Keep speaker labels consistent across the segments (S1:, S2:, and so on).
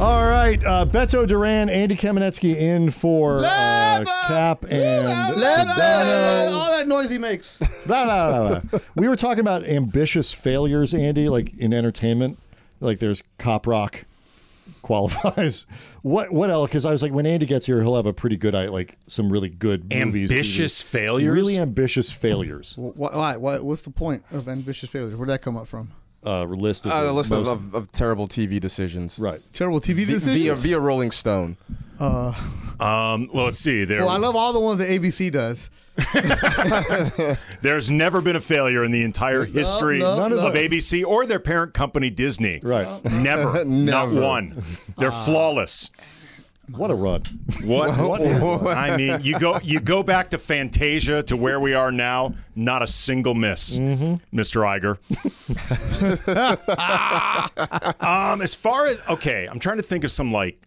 S1: All right, uh, Beto Duran, Andy Kamenetsky in for uh, Cap and Sedano.
S2: all that noise he makes.
S1: Blah, blah, blah, blah. We were talking about ambitious failures, Andy, like in entertainment. Like there's cop rock qualifies. What what else? Because I was like, when Andy gets here, he'll have a pretty good eye, like some really good movies.
S3: Ambitious
S1: TV.
S3: failures?
S1: Really ambitious failures.
S2: Why, why? Why? What's the point of ambitious failures? Where'd that come up from?
S1: Uh, list of
S4: Uh, the list of,
S1: most-
S4: of, of terrible TV decisions.
S1: right.
S2: Terrible TV
S4: V- Via,
S2: decisions.
S4: via Rolling Stone.
S3: Um, well, let's see. There,
S2: Well, Oh, I love all the ones that ABC does.
S3: there's never been a failure in the entire history
S2: no,
S1: None of
S3: of
S1: no.
S3: ABC or their parent company, Disney.
S1: Right.
S3: Never. Not
S4: Never.
S3: one. They're
S2: Ah.
S3: flawless.
S1: What a run.
S3: What?
S4: Whoa.
S3: I mean, you go you go back to Fantasia to where we are now. Not a single miss,
S2: Mm-hmm.
S3: Mr. Iger. um, as far as okay, I'm trying to think of some like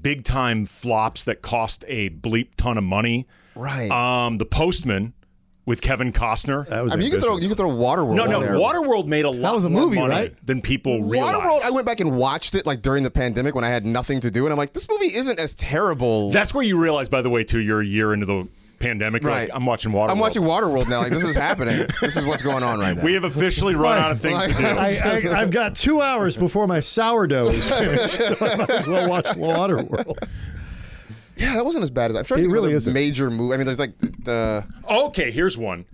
S3: big time flops that cost a bleep ton of money.
S4: Right.
S3: Um, The Postman with Kevin Costner.
S1: That was
S4: I mean, you can throw you can throw Waterworld.
S3: no, no,
S4: in there.
S3: Waterworld made a lot
S2: was a
S3: more
S2: movie,
S3: money
S2: right?
S3: than people realized.
S4: Waterworld. I went back and watched it like during the pandemic when I had nothing to do, and I'm like, this movie isn't as terrible.
S3: That's where you realize, by the way, too, you're a year into the pandemic. Right.
S4: right.
S3: I'm watching Waterworld.
S4: I'm watching Waterworld now. Like this is happening. this is what's going on right now.
S3: We have officially run out of things to do.
S1: I, I, I've got two hours before my sourdough is finished, so I might as well watch Waterworld.
S4: yeah, that wasn't as bad as I'm sure.
S1: It
S4: It
S1: really
S4: really is a
S1: isn't.
S4: major movie. I mean, there's like the
S3: Okay, here's one.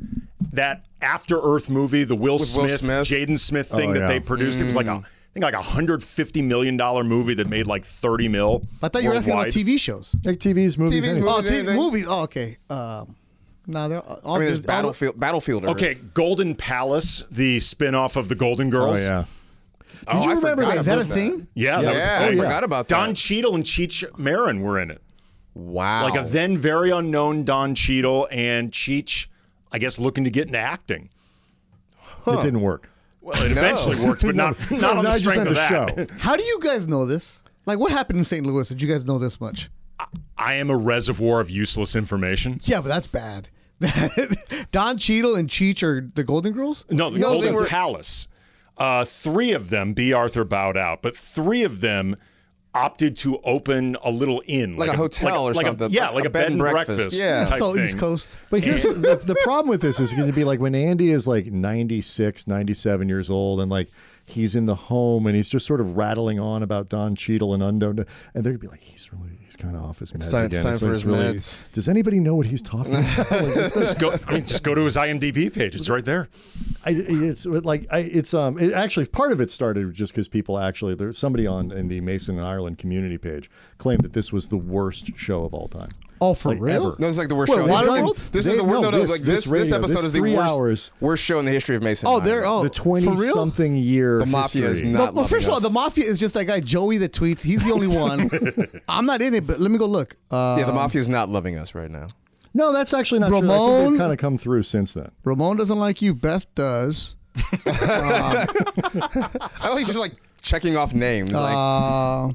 S3: That After Earth movie, the Will
S4: Will
S3: Smith,
S4: Smith?
S3: Jaden Smith thing
S1: Oh,
S3: that
S1: yeah.
S3: they produced. It was like a, I think like a hundred fifty million dollar movie that made like thirty mil.
S2: I thought you were asking about
S3: worldwide.
S2: TV shows.
S1: Like TV's, movies,
S4: TV's,
S1: anything.
S2: Oh,
S4: Movies,
S2: t-
S4: anything?
S2: movies. Oh, okay. Um, nah, they're all.
S4: I mean,
S2: just- all
S4: there's
S2: the-
S4: Battlefield Battlefield. Earth.
S3: Okay, Golden Palace, the spin-off of the Golden Girls.
S1: Oh, yeah.
S4: Oh,
S1: Did you
S4: I
S1: remember
S4: forgot
S1: that?
S2: Is that a
S4: about
S2: thing?
S3: Yeah, that was
S4: Yeah,
S3: the
S4: I
S3: thing.
S4: forgot about
S3: Don
S4: that.
S3: Cheadle and Cheech Marin were in it.
S4: Wow.
S3: Like a then very unknown Don Cheadle and Cheech, I guess looking to get into acting.
S1: It didn't work.
S3: Well, it eventually worked, but not not on the
S1: I just
S3: strength
S1: meant
S3: of
S1: the
S3: that.
S1: show.
S2: How do you guys know this? Like, what happened in St. Louis? Did you guys know this much?
S3: I am a reservoir of useless information.
S2: Yeah, but that's bad. Don Cheadle and Cheech are the Golden Girls.
S3: No, the
S4: No, they
S3: Golden
S4: were-
S3: Palace. Uh, three of them, B. Arthur bowed out, but three of them opted to open a little inn,
S4: Like a hotel
S3: like a-
S4: or
S3: like a-
S4: something.
S3: yeah,
S4: Like
S3: like,
S4: a
S3: a bed and breakfast,
S4: Yeah.
S3: type
S2: so
S3: thing.
S2: East Coast.
S1: But here's what- the, the problem with this is going to be like when Andy is like 96, 97 years old and like he's in the home and he's just sort of rattling on about Don Cheadle and Unknown. And they're going to be like, he's really, he's kind of off his meds
S4: time- it's
S1: again.
S4: time for
S1: he's
S4: his meds.
S1: Does anybody know what he's talking about? Like, this doesn't-
S3: Just go, I mean, just go to his IMDb page; it's right there.
S1: I, it's like I, it's um it actually part of it started just because people actually there's somebody on in the Mason and Ireland community page claimed that this was the worst show of all time.
S2: Oh, for
S1: Like,
S2: real?
S1: ever.
S4: No, it's like the worst
S2: Wait,
S4: show. in the-
S2: Waterworld?
S4: This
S1: They-
S4: is the worst.
S1: no,
S4: No, no,
S1: this-
S4: like
S1: this
S4: this, this,
S1: radio,
S4: episode
S1: this
S4: is the
S1: three
S4: worst,
S1: hours.
S4: worst show in the history of Mason.
S2: Oh,
S4: and
S2: they're
S4: Ireland.
S2: oh
S1: the twenty
S2: for real?
S1: something year
S4: The mafia
S1: history.
S4: is not-
S2: Well, well,
S4: loving
S2: first of all,
S4: us.
S2: the mafia is just that guy Joey the tweets. He's the only one. I'm not in it, but let me go look. Uh,
S4: Yeah, the mafia is not loving us right now.
S1: No, that's actually not true. I think
S2: Ramon-
S1: they've kind of come through since then.
S2: Ramon doesn't like you. Beth does.
S4: I like just like checking off names. Like,
S2: Uh,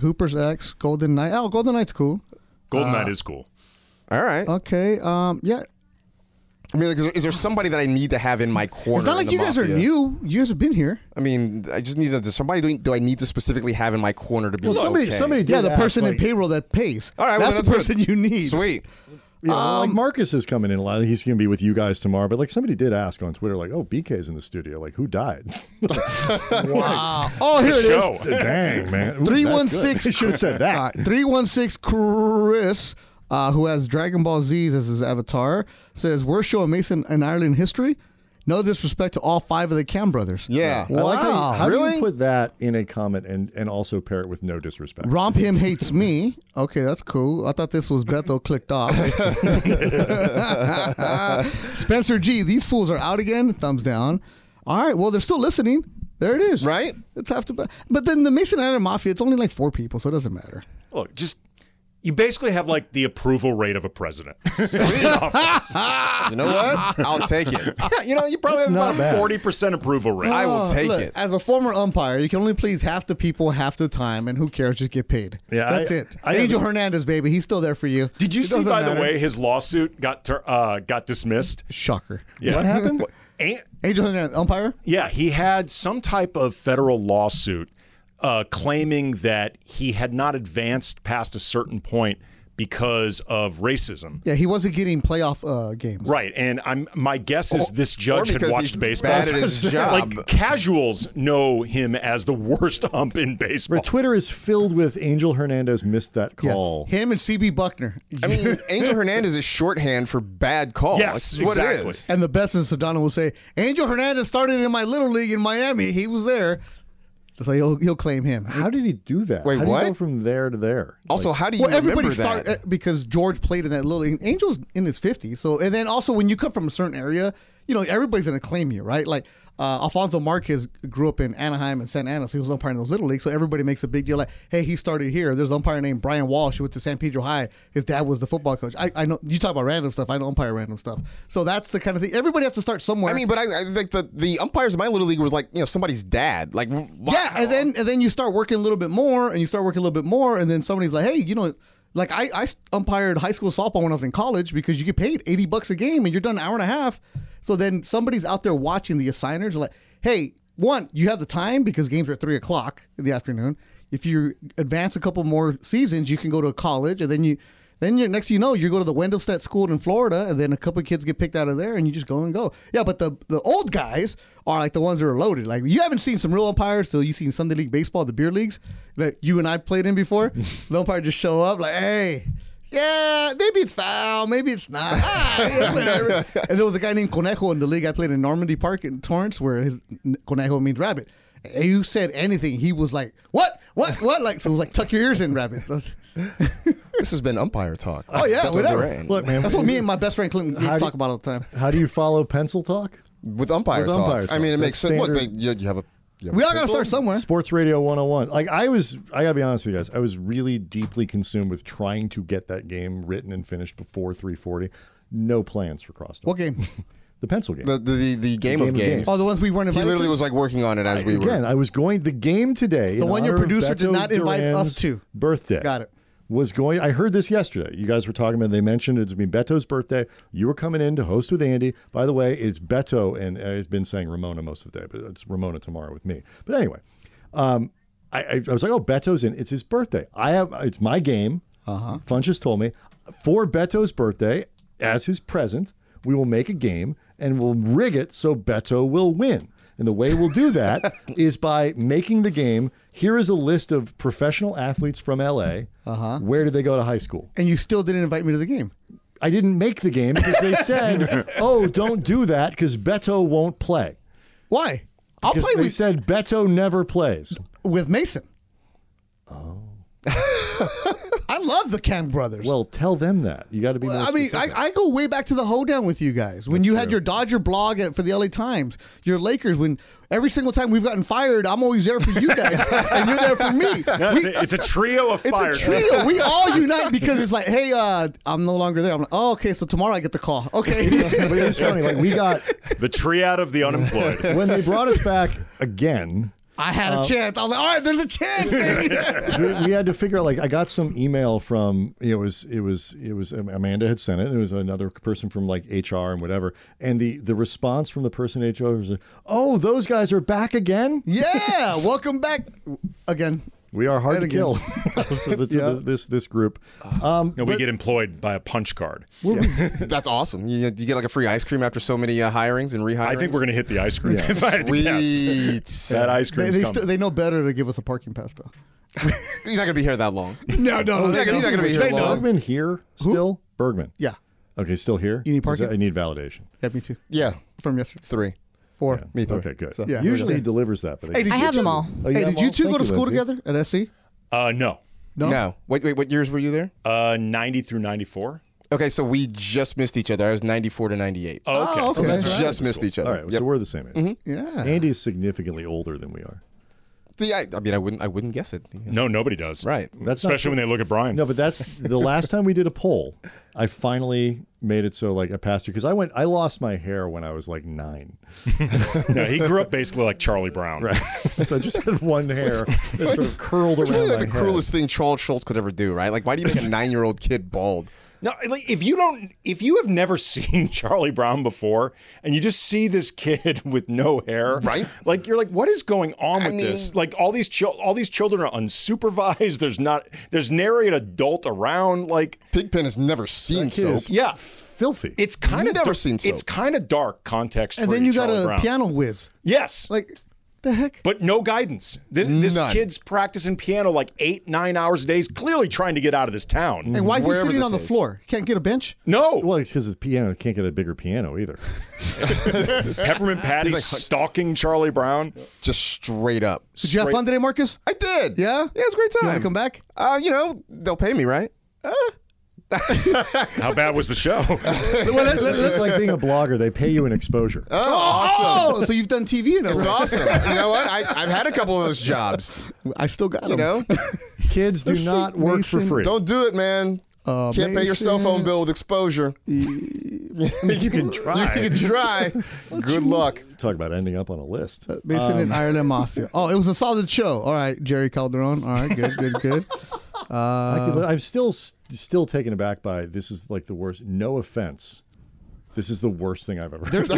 S2: Hooper's ex, Golden Knight. Oh, Golden Knight's cool.
S3: Golden Knight is cool.
S4: all right.
S2: Okay. Um, yeah.
S4: I mean, like, is, there, is there somebody that I need to have in my corner?
S2: It's not
S4: in
S2: like
S4: the
S2: you guys are
S4: mafia?
S2: new. You guys have been here.
S4: I mean, I just need to. does Somebody do, do I need to specifically have in my corner to be?
S1: Well, somebody,
S4: okay?
S1: somebody did
S2: Yeah, the
S1: ask,
S2: person in
S1: like-
S2: payroll that pays.
S4: All right,
S2: that's
S4: well,
S2: the
S4: that's
S2: person
S4: good.
S2: you need.
S4: Sweet.
S1: You know,
S2: um,
S1: like Marcus is coming in a lot. He's going to be with you guys tomorrow. But like somebody did ask on Twitter, like, "Oh, BK's in the studio. Like, who died?"
S2: Wow. Oh, here it is.
S3: Show.
S1: Dang man,
S2: Three one six.
S1: should have said that.
S2: All right, 316 Chris, uh, who has Dragon Ball Z's as his avatar, says, Worst show in Mason and Ireland history? No disrespect to all five of the Cam brothers.
S4: Yeah.
S1: I like how,
S2: Wow.
S1: you- how do
S4: Really?
S1: you put that in a comment and, and also pair it with no disrespect?
S2: Romp Him Hates Me. Okay, that's cool. I thought this was Beto clicked off. Spencer G, these fools are out again. Thumbs down. All right, well, they're still listening. There it is.
S4: Right?
S2: It's half to. But then the Mason and Ireland Mafia, it's only like four people, so it doesn't matter.
S3: Look, just You basically have like the approval rate of a president.
S4: Sweet. you know what? I'll take it.
S3: Yeah, you know, you probably have
S1: not
S3: about
S1: bad.
S3: forty percent approval rate.
S4: I will take
S2: Oh, Look,
S4: it.
S2: As a former umpire, you can only please half the people half the time, and who cares? Just get paid.
S1: Yeah,
S2: that's
S1: I-
S2: it.
S1: I-
S2: Angel Hernandez, baby, he's still there for you.
S3: Did you
S2: It
S3: see,
S2: doesn't
S3: by
S2: matter.
S3: the way, his lawsuit got ter- uh, got dismissed?
S2: Shocker.
S3: Yeah. What happened?
S2: Angel Hernandez, umpire.
S3: yeah, he had some type of federal lawsuit uh, claiming that he had not advanced past a certain point because of racism.
S2: Yeah, he wasn't getting playoff uh, games.
S3: Right, and I'm my guess is this
S4: or
S3: judge had
S4: because
S3: watched
S4: he's
S3: baseball.
S4: bad at his job.
S3: Like casuals know him as the worst ump in baseball.
S1: But Twitter is filled with Angel Hernandez missed that
S2: Oh. Yeah.
S3: Oh.
S1: call.
S2: Him and CB Buckner.
S4: I mean, Angel Hernandez is shorthand for bad call.
S3: Yes,
S4: That's what
S3: exactly.
S4: it is.
S2: and the best is Sedano will say, Angel Hernandez started in my little league in Miami. He was there. So he'll, he'll claim him.
S1: How did he do that?
S4: Wait,
S1: How
S4: what?
S1: Did he go from there to there?
S4: Also, how do you
S2: Well, everybody
S4: remember
S2: start
S4: that?
S2: uh, because George played in that little. and Angel's in his 50s, so and then also when you come from a certain area, you know everybody's gonna claim you, right? Like uh, Alfonso Marquez grew up in Anaheim and Santa Ana, so he was umpiring those little leagues. So everybody makes a big deal, like, hey, he started here. There's an umpire named Brian Walsh who went to San Pedro High. His dad was the football coach. I, I know you talk about random stuff. I don't umpire random stuff, so that's the kind of thing. Everybody has to start somewhere.
S4: I mean, but I, I think the the umpires in my little league was like you know somebody's dad. Like wow.
S2: Yeah, and then and then you start working a little bit more, and you start working a little bit more, and then somebody's like, hey, you know, like I, I umpired high school softball when I was in college because you get paid eighty bucks a game and you're done an hour and a half. So then somebody's out there watching the assigners, like, hey, one, you have the time because games are at three o'clock in the afternoon. If you advance a couple more seasons, you can go to college, and then you. Then you're, next, thing you know, you go to the Wendelstedt School in Florida, and then a couple of kids get picked out of there, and you just go and go. Yeah, but the the old guys are like the ones that are loaded. Like you haven't seen some real umpires till you've seen Sunday League baseball, the beer leagues that you and I played in before. the umpire just show up like, hey. Yeah, maybe it's foul, maybe it's not. Ah, yeah, whatever. and there was a guy named Conejo in the league I played in Normandy Park in Torrance, where his Conejo means rabbit. And you said anything, he was like, "What? What? What?" Like so, it was like tuck your ears in, rabbit.
S4: this has been umpire talk.
S2: Oh yeah,
S4: That's
S2: whatever.
S4: Duran.
S1: Look, man,
S2: That's what me and my best friend Clinton
S1: How do-
S2: talk about all the time.
S1: how do you follow pencil talk?
S4: with umpire,
S1: With
S4: talk.
S1: umpire
S4: I
S1: talk.
S4: mean, it
S1: That's
S4: makes sense. Look, they,
S1: standard-
S4: you, you have a you have
S2: We
S4: a
S2: all got to
S4: pencil.
S2: start somewhere.
S1: Sports Radio 101. Like I was I got to be honest with you guys. I was really deeply consumed with trying to get that game written and finished before 3:40. No plans for cross.
S2: What game?
S1: The pencil game.
S4: the the, the, the game of
S1: game of
S4: games.
S1: games.
S2: Oh, the ones we weren't
S4: He
S2: invited.
S4: literally
S2: to?
S4: was like working on it as we
S1: Again,
S4: were.
S1: I was going the game today.
S2: The
S1: in
S2: one your
S1: honor of
S2: producer did
S1: Beto
S2: not invite us
S1: Duran's
S2: to.
S1: Birthday.
S2: Got it.
S1: Was going. I heard this yesterday. You guys were talking about. They mentioned it's been Beto's birthday. You were coming in to host with Andy. By the way, it's Beto, and uh, it's been saying Ramona most of the day, but it's Ramona tomorrow with me. But anyway, um, I, I, I was like, oh, Beto's in. It's his birthday. I have. It's my game. Uh-huh. Funch has told me for Beto's birthday, as his present, we will make a game and we'll rig it so Beto will win. And the way we'll do that is by making the game. Here is a list of professional athletes from LA. Uh-huh. Where did they go to high school?
S2: and you still didn't invite me to the game.
S1: I didn't make the game because they said, "Oh, don't do that because Beto won't play."
S2: Why? I'll
S1: Because
S2: play
S1: they
S2: with
S1: said Beto never plays.
S2: with Mason. Oh. I love the Cam brothers.
S1: Well, tell them that. You got to be. More
S2: I mean, I,
S1: specific.
S2: I go way back to the hoedown with you guys. When you had your Dodger blog at, for the LA Times, your Lakers, when every single time we've gotten fired, I'm always there for you guys, and you're there for me.
S3: No,
S2: We-
S3: it's, a, it's a trio of
S2: It's
S3: fire.
S2: a trio. We all unite because it's like, hey, uh, I'm no longer there. I'm like, oh, okay, so tomorrow I get the call. Okay.
S1: but it's funny. Like we got
S3: The triad of the unemployed.
S1: when they brought us back again.
S2: I had a chance. I was like, all right, there's a chance, baby.
S1: we, we had to figure out like I got some email from it was it was it was um, Amanda had sent it and it was another person from like HR and whatever and the the response from the person in HR was like, oh those guys are back again
S2: yeah. Welcome back again.
S1: we are hard
S2: And
S1: to
S2: again. Oh.
S1: kill So the- the- this this group um
S3: No, we get employed by a punch card.
S4: That's awesome. You, you get like a free ice cream after so many uh, hirings and rehirings.
S3: I think we're gonna hit the ice cream. if I had to guess.
S4: Sweet.
S3: That ice
S2: They,
S3: cream's
S2: they,
S3: coming.
S2: still- they know better to give us a parking pass, though.
S4: He's not gonna be here that long.
S2: No, no,
S4: He's not gonna- he's not gonna be here
S2: They know.
S4: long.
S1: Bergman here still Bergman
S2: Yeah.
S1: okay still here
S2: You need
S1: Is
S2: parking?
S1: that- I need validation
S2: Yeah, me too.
S4: Yeah,
S2: From yesterday.
S4: three.
S2: Four.
S4: Me three.
S1: okay good
S2: Yeah.
S1: usually he delivers that but
S2: Hey, did
S1: I,
S5: I
S2: you
S5: have them
S2: two-
S5: all.
S1: Oh, you
S2: hey,
S1: have
S2: did you
S1: all?
S2: two
S1: Thank
S2: go to
S1: you,
S2: school
S1: Lindsay.
S2: together at SC?
S3: uh, no,
S4: No. Wait, wait. What years were you there?
S3: uh, ninety through ninety-four.
S4: Okay, so we just missed each other. I was 94 to 98.
S3: Oh, okay.
S4: we
S2: okay.
S4: just missed each other.
S1: all right
S4: Yep. Mm-hmm.
S1: so we're the same age
S2: Yeah.
S1: Andy's significantly older than we are
S4: the. I, I mean, I wouldn't. I wouldn't guess it.
S3: No, nobody does.
S4: Right.
S1: That's not
S3: Especially when they look at Brian.
S1: No, but that's the last time we did a poll. I finally made it so like I passed you because I went. I lost my hair when I was like nine,
S3: No, he grew up basically like Charlie Brown. Right.
S1: so I just had one hair that sort of curled
S4: Which
S1: around
S4: really
S1: my
S4: like the
S1: head.
S4: cruelest thing Charles Schultz could ever do, right? Like, why do you make a nine-year-old kid bald?
S3: No, like if you don't, if you have never seen Charlie Brown before, and you just see this kid with no hair,
S4: Right.
S3: Like you're like, what is going on
S4: I
S3: with this?
S4: mean-
S3: Like all these chil- all these children are unsupervised. There's not, there's nary an adult around. Like
S4: Pigpen has never
S1: That
S4: seen
S1: kid
S4: soap.
S1: is
S3: yeah.
S1: filthy.
S3: it's kind of
S4: Never seen soap.
S3: It's kind of dark context.
S2: and
S3: for
S2: then you got
S3: Charlie
S2: a
S3: Brown.
S2: piano whiz.
S3: Yes,
S2: Like, the heck?
S3: but no guidance. This, this
S4: None.
S3: kid's practicing piano like eight, nine hours a day. He's clearly trying to get out of this town.
S2: and why is he
S4: wherever
S2: sitting
S4: this
S2: on the
S4: is.
S2: floor? Can't get a bench?
S3: No,
S1: well, it's because his piano can't get a bigger piano either.
S3: Peppermint Patty's stalking Charlie Brown.
S4: Just straight up.
S2: Did you have
S3: Straight-
S2: fun today, Marcus?
S4: I did.
S2: Yeah?
S4: Yeah, it was a great
S2: You
S4: time.
S2: want to come back?
S4: Uh, you know, they'll pay me, right?
S3: How bad was the show?
S1: it's like being a blogger; they pay you an exposure.
S4: Oh, awesome.
S2: Oh, so you've done TV now.
S4: It's
S2: right?
S4: awesome. You know what? I, I've had a couple of those jobs.
S2: I still got
S4: You
S2: them.
S4: know,
S1: Kids do
S2: Let's see,
S1: not work for
S2: Mason,
S1: free.
S4: don't do it, man. Can't pay your cell phone bill with exposure.
S1: you can try.
S4: You can try. Good luck.
S1: Talk about ending up on a list.
S4: Uh,
S2: Mason and Ireland Mafia. Oh, it was a solid show. All right, Jerry Calderon. All right, good, good, good.
S1: I could, I'm still still taken aback by this. Is like the worst. No offense. This is the worst thing I've ever. There's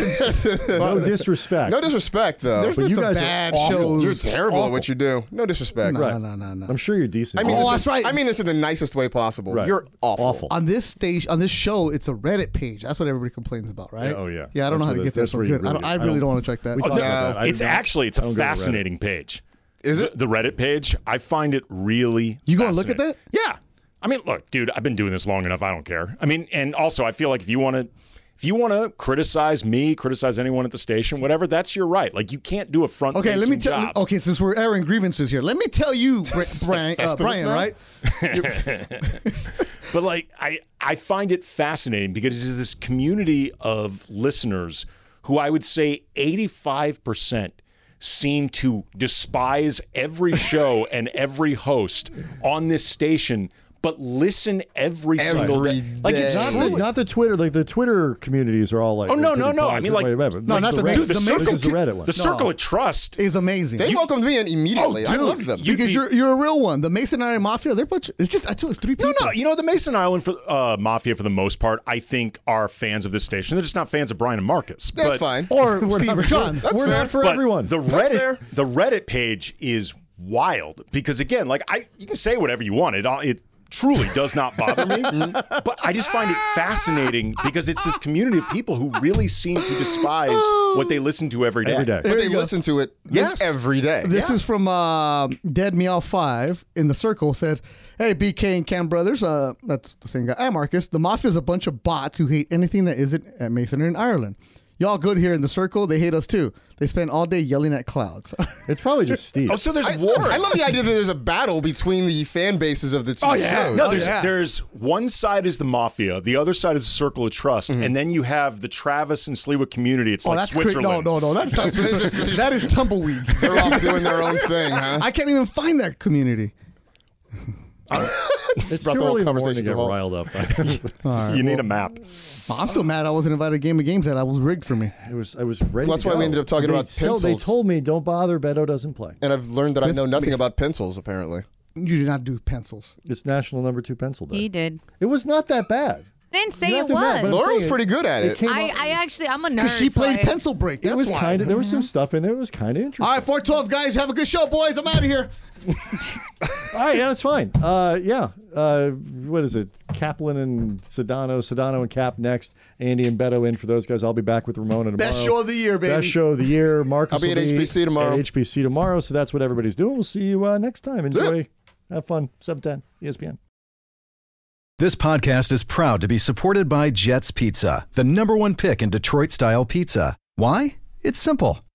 S1: no disrespect.
S4: No disrespect, though.
S1: But you guys
S2: bad
S1: are awful.
S2: shows.
S4: You're terrible at what you do. No disrespect.
S1: Right.
S2: No, no, no, no.
S1: I'm sure you're decent.
S4: I mean,
S2: Oh,
S4: this
S2: that's
S4: is-
S2: right.
S4: I mean this in the nicest way possible.
S1: Right.
S4: You're awful.
S1: Awful.
S2: On this stage, on this show, it's a Reddit page. That's what everybody complains about, right?
S1: Yeah, oh, yeah.
S2: Yeah, I
S1: That's
S2: don't know how
S1: where
S2: to
S1: the-
S2: get there
S1: that's
S2: so
S1: where
S2: good.
S1: you
S2: I don't,
S1: really-
S2: I
S1: I
S2: really
S1: don't-
S2: don't want to check that.
S1: we talked about that. I
S3: It's
S1: don't-
S3: actually it's
S1: I
S3: a
S1: don't go to Reddit.
S3: fascinating page.
S4: Is
S3: The-
S4: it?
S3: the Reddit page? I find it really.
S2: You gonna look at
S3: fascinating. Yeah. I mean, look, dude. I've been doing this long enough. I don't care. I mean, and also, I feel like if you want to, if you want to criticize me, criticize anyone at the station, whatever, that's your right. Like, you can't do a front.
S2: Okay, let me tell.
S3: you.
S2: Okay, since we're airing grievances here, let me tell you, Bri- Brian, uh,
S4: Festivus
S2: Brian,
S4: now?
S2: right?
S3: But like I, I find it fascinating because it's this community of listeners who I would say 85% seem to despise every show and every host on this station, but listen every, single
S4: Every
S3: day. Like
S4: day.
S3: it's
S1: Not
S3: not
S1: the, not the Twitter, like the Twitter communities are all like.
S3: Oh, no,
S1: they're
S3: no,
S1: pretty
S3: no. I
S1: positive.
S3: mean, like-
S1: Wait, wait, wait.
S2: No,
S1: This
S2: not
S1: is
S2: the
S1: Reddit-
S2: Mason- the
S1: This is the
S2: Mason-
S1: Reddit one.
S3: the circle of trust.
S2: Is amazing.
S4: They
S2: You-
S4: welcomed me in immediately.
S3: Oh,
S4: I
S3: dude,
S4: love them.
S3: you-
S2: because
S3: be-
S2: you're you're a real one. The Mason Iron Mafia, they're bunch. It's just I told it's three people.
S3: No, no. You know, the Mason Island for, uh, Mafia, for the most part, I think are fans of this station. They're just not fans of Brian and Marcus.
S4: That's
S3: but-
S4: fine.
S2: Or Steve or John.
S4: That's
S1: We're
S4: fair.
S1: not for
S3: But
S1: everyone.
S3: The
S4: That's
S3: Reddit
S4: fair.
S3: the Reddit page is wild because again, like I you can say whatever you want. It all- it truly does not bother me. but I just find it fascinating because it's this community of people who really seem to despise what they listen to every day.
S1: Every day.
S4: but
S2: There
S4: they
S2: you go.
S4: listen to it
S3: Yes.
S4: every day.
S2: This is from uh, Dead Meow Five in the circle. Said, "Hey, BK and Cam brothers, uh, that's the same guy. And Marcus, the mafia is a bunch of bots who hate anything that isn't at Mason or in Ireland. Y'all good here in the circle? They hate us too. They spend all day yelling at clouds. Oh,
S1: it's probably just Steve.
S3: Oh, so there's
S4: I,
S3: war.
S4: I love the idea that there's a battle between the fan bases of the two
S3: Oh yeah,
S4: shows.
S3: no. There's,
S2: yeah.
S3: there's one side is the mafia, the other side is the circle of trust, and then you have the Travis and Sliwa community. It's
S2: oh,
S3: like
S2: that's cra-
S3: Switzerland.
S2: no, no, no. That's not
S4: It's just- it's just-
S2: that is tumbleweeds.
S4: They're off doing their own thing, huh?
S2: I can't even find that community.
S1: it's
S4: brought
S1: too
S4: the whole
S1: early in the morning to
S4: conversation
S1: get
S4: to a halt.
S1: riled up.
S3: you need a map.
S2: Oh, I'm still mad I wasn't invited to game of games that I was rigged for me.
S1: I was I was ready.
S4: Well, that's
S1: to
S4: why we
S1: go.
S4: ended up talking
S1: They
S4: about
S1: tell- They
S4: pencils.
S1: told me, "Don't bother. Beto doesn't play."
S4: and I've learned that I know nothing about pencils, apparently.
S2: You did not do pencils.
S1: It's National Number Two Pencil Day.
S5: He did.
S1: It was not that bad.
S5: I didn't say
S1: You have
S5: it
S1: to admit, but I'm
S5: was.
S4: Laura was
S1: saying
S4: pretty good at it.
S1: came
S5: I,
S1: up-
S5: I Mm-hmm. actually, I'm a nerd.
S2: Because she
S5: so
S2: played
S5: I-
S2: pencil break. That's
S1: it was
S2: why.
S1: kind of there was some stuff in there. It was kind of interesting.
S2: All right, 412 guys, have a good show, boys. I'm out of here.
S1: All right, yeah, that's fine. Uh, yeah, uh, what is it? Kaplan and Sedano, Sedano and Cap next. Andy and Beto in for those guys. I'll be back with Ramon tomorrow.
S2: Best show of the year, baby.
S1: Best show of the year. Marcus
S4: I'll be
S1: will
S4: at HPC tomorrow.
S1: At HPC tomorrow. So that's what everybody's doing. We'll see you uh, next time. Enjoy. Have fun. Seven ten E ESPN.
S6: This podcast is proud to be supported by Jets Pizza, the number one pick in Detroit style pizza. Why? It's simple.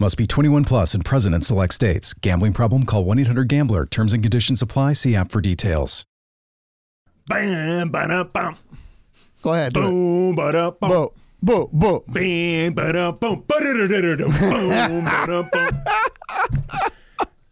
S6: Must be 21 plus and present in select states. Gambling problem? Call 1 800 Gambler. Terms and conditions apply. See app for details.
S7: Bam, ba bam.
S2: Go ahead. Do it.
S7: Boom, ba bam.
S2: Boo, boo, boo.
S7: Bam, ba boom. Ba-da-da-da-da-da. Boom, ba boom.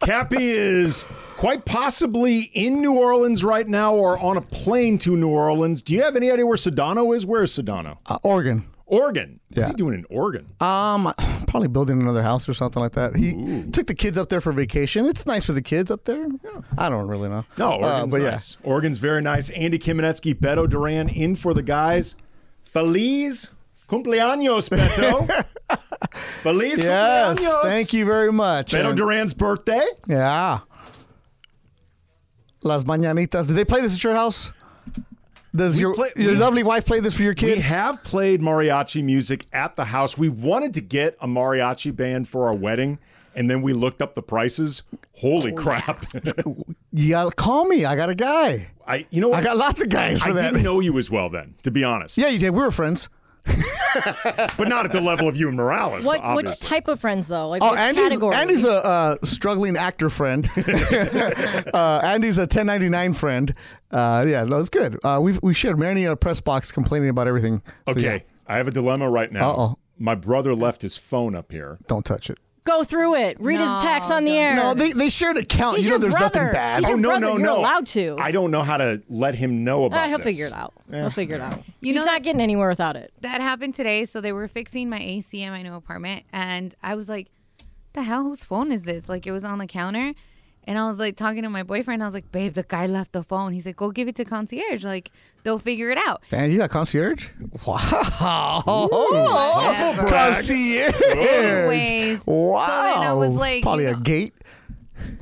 S3: Cappy is quite possibly in New Orleans right now or on a plane to New Orleans. Do you have any idea where Sedano is? Where is Sedano?
S2: Uh, Oregon.
S3: Oregon. What's
S2: Yeah.
S3: he doing in Oregon?
S2: Um, probably building another house or something like that. He took the kids up there for vacation. It's nice for the kids up there. I don't really know.
S3: No,
S2: Uh,
S3: Oregon's
S2: but yeah.
S3: nice. Oregon's very nice. Andy Kamenetsky, Beto Duran in for the guys. Feliz cumpleaños, Beto. Feliz
S2: Yes,
S3: cumpleaños.
S2: thank you very much.
S3: Beto
S2: and-
S3: Duran's birthday.
S2: Yeah. Las mañanitas. Do they play this at your house? Does your
S3: play-
S2: your
S3: we-
S2: lovely wife play this for your
S3: We
S2: kid?
S3: have played mariachi music at the house. We wanted to get a mariachi band for our wedding, and then we looked up the prices. Holy crap!
S2: yeah, call me. I got a guy.
S3: I, you know, what?
S2: I got lots of guys for
S3: I
S2: that.
S3: didn't know you as well then, to be honest.
S2: Yeah, you did. We were friends.
S3: but not at the level of you and Morales.
S8: What which
S3: obviously.
S8: type of friends though? Like
S2: Oh,
S8: which
S2: Andy's,
S8: category?
S2: Andy's a uh, struggling actor friend. uh, Andy's a 1099 friend. Uh, yeah, that was good. Uh, we've, we shared many a press box complaining about everything. So,
S3: Okay,
S2: yeah,
S3: I have a dilemma right now.
S2: Uh-oh.
S3: My brother left his phone up here.
S2: don't touch it.
S8: Go through it. Read his text on the air.
S2: No, they, they shared a count.
S8: He's
S2: you know,
S8: your
S2: there's nothing
S8: brother.
S2: bad.
S8: He's
S3: oh
S8: your
S3: no,
S8: brother.
S3: no,
S8: You're
S3: no!
S8: allowed to.
S3: I don't know how to let him know about.
S8: Ah, he'll
S3: this.
S8: figure it out. He'll figure it out.
S9: You
S8: He's
S9: know
S8: not
S9: that-
S8: getting anywhere without it.
S9: That happened today. So they were fixing my AC in my new apartment, and I was like, "The hell, whose phone is this?" Like it was on the counter, and I was like talking to my boyfriend. I was like, "Babe, the guy left the phone." He's like, "Go give it to concierge. Like they'll figure it out."
S2: And you got concierge? Wow. Oh,
S9: Whatever.
S2: concierge.
S9: Anyways,
S2: Wow.
S9: So then I was like,
S2: probably
S9: you
S2: a
S9: know,
S2: gate.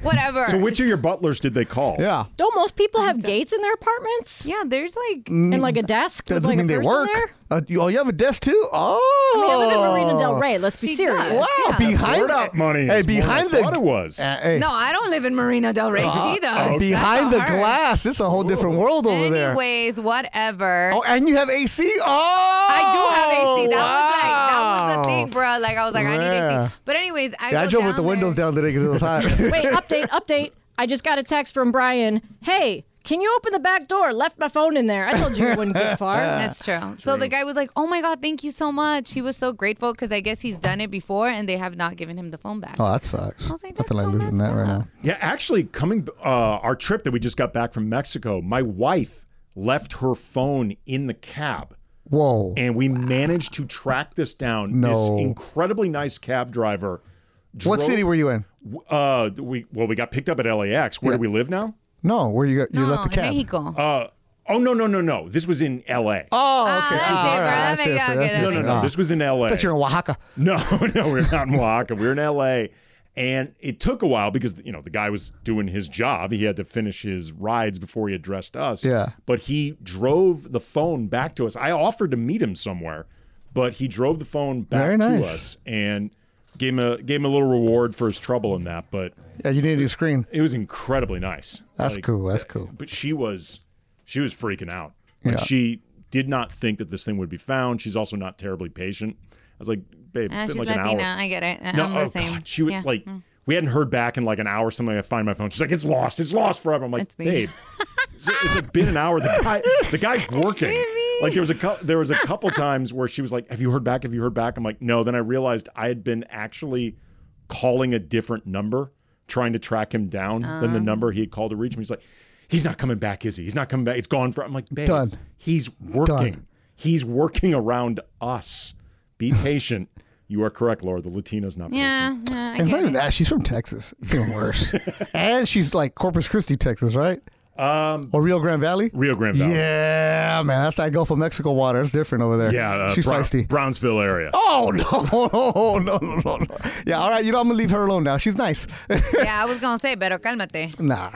S9: whatever.
S3: So, which of your butlers did they call?
S2: Yeah.
S8: Don't most people have gates in their apartments
S9: Yeah, there's like
S2: Mm.
S8: and like a desk
S2: That
S8: with
S2: doesn't
S8: like
S2: mean
S8: a
S2: they
S8: person
S2: work.
S8: there?
S2: Uh, you, oh, you have a desk too?
S8: I mean, other than Marina
S2: Oh.
S8: Del Rey, let's be
S9: She
S8: serious.
S9: does.
S2: Wow,
S9: Yeah.
S2: behind
S3: Word up money.
S2: Hey,
S3: is more than
S2: behind
S3: I
S2: the
S3: thought it was.
S2: Uh, hey, Uh,
S9: no, I don't live in Marina Del Rey. she does. That's
S2: behind the
S9: not her.
S2: glass. It's a whole different world over there.
S9: Anyways, whatever.
S2: Oh, and you have AC. Oh,
S9: I do have AC. That was like that
S2: wow.
S9: was the thing, bro. Like I was like, I need
S2: Yeah.
S9: AC. But anyways, I,
S2: Yeah, I
S9: go
S2: drove with the
S9: down
S2: windows
S9: there.
S2: down today because it was hot.
S8: Wait, update, update. I just got a text from Brian. Hey, can you open the back door? Left my phone in there. I told you it wouldn't get far.
S9: That's true. So the guy was like, "Oh my god, thank you so much." He was so grateful because I guess he's done it before and they have not given him the phone back.
S2: oh, that sucks.
S9: I was
S2: Nothing
S9: like, that's
S2: like
S9: so
S2: losing that
S9: messed
S2: right
S9: up.
S2: now.
S3: Yeah, actually, coming uh, our trip that we just got back from Mexico, my wife left her phone in the cab,
S2: Whoa.
S3: and we managed to track this down. This
S2: No.
S3: incredibly nice cab driver.
S2: what
S3: drove-
S2: city were you in?
S3: Uh, we well, we got picked up at LAX. Where do we live now?
S2: No, where you got? You
S9: No,
S2: left the
S9: in
S2: cab.
S9: Mexico.
S3: Uh, oh no, no, no, no. This was in LA.
S2: Oh,
S9: Ah,
S2: okay.
S9: that's
S2: excuse me. All
S9: different.
S2: right,
S9: That
S2: that's
S9: makes-
S2: different.
S9: okay,
S2: That's
S9: that
S3: no, no,
S2: different.
S3: no.
S2: Ah.
S3: This was in LA.
S2: thought you were in Oaxaca.
S3: No, no, we're not in Oaxaca. We're in LA. And it took a while because you know the guy was doing his job. He had to finish his rides before he addressed us.
S2: Yeah.
S3: But he drove the phone back to us. I offered to meet him somewhere, but he drove the phone back
S2: Very nice.
S3: to us and gave him a gave him a little reward for his trouble in that. But
S2: Yeah, you need a new screen.
S3: it was incredibly nice.
S2: That's
S3: Like,
S2: cool. That's cool.
S3: But she was she was freaking out. Like
S2: Yeah.
S3: she did not think that this thing would be found. She's also not terribly patient. I was like, babe, it's
S9: Ah, she's
S3: been like an
S9: Latina.
S3: hour.
S9: I get it. I-
S3: No,
S9: I'm the
S3: oh,
S9: same.
S3: God. She would
S9: Yeah. Mm.
S3: like we hadn't heard back in like an hour. or Something I find my phone. She's like, it's lost. It's lost forever. I'm like,
S9: It's me.
S3: babe, it's, it's like been an hour. The guy, the guy's working. Like there was a cou- there was a couple times where she was like, have you heard back? Have you heard back? I'm like, no. Then I realized I had been actually calling a different number, trying to track him down than
S9: Uh.
S3: the number he had called to reach me. He's like, he's not coming back, is he? He's not coming back. It's gone for. I'm like, babe,
S2: Done.
S3: he's working. He's working around us. Be patient. You are correct, Laura. The Latino's not.
S9: Yeah, yeah, I
S2: And it's
S9: get
S2: not even
S9: it.
S2: that. She's from Texas. It's even worse. and she's like Corpus Christi, Texas, right?
S3: Um,
S2: or Rio Grande Valley?
S3: Rio Grande Valley.
S2: Yeah, man. That's that Gulf of Mexico water. It's different over there.
S3: Yeah, uh,
S2: she's
S3: Brown-
S2: feisty.
S3: Brownsville area.
S2: Oh, no, no, no, no, no. Yeah, all right. You know, I'm going to leave her alone now. She's nice.
S9: yeah, I was gonna say, pero cálmate.
S2: nah.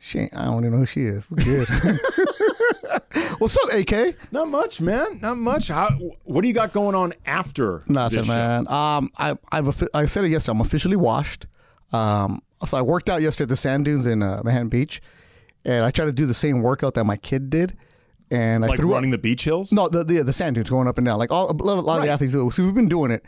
S2: She ain't, I don't even know who she is. We're good. What's up, AK?
S3: Not much, man. Not much. How, what do you got going on after?
S2: Nothing,
S3: this
S2: man. Um, I I've offi- I said it yesterday. I'm officially washed. Um, so I worked out yesterday at the sand dunes in uh, Manhattan Beach, and I tried to do the same workout that my kid did. And I
S3: Like
S2: threw up-
S3: running the beach hills.
S2: No, the, the the sand dunes going up and down. Like all a lot of
S3: Right.
S2: the athletes do. So we've been doing it,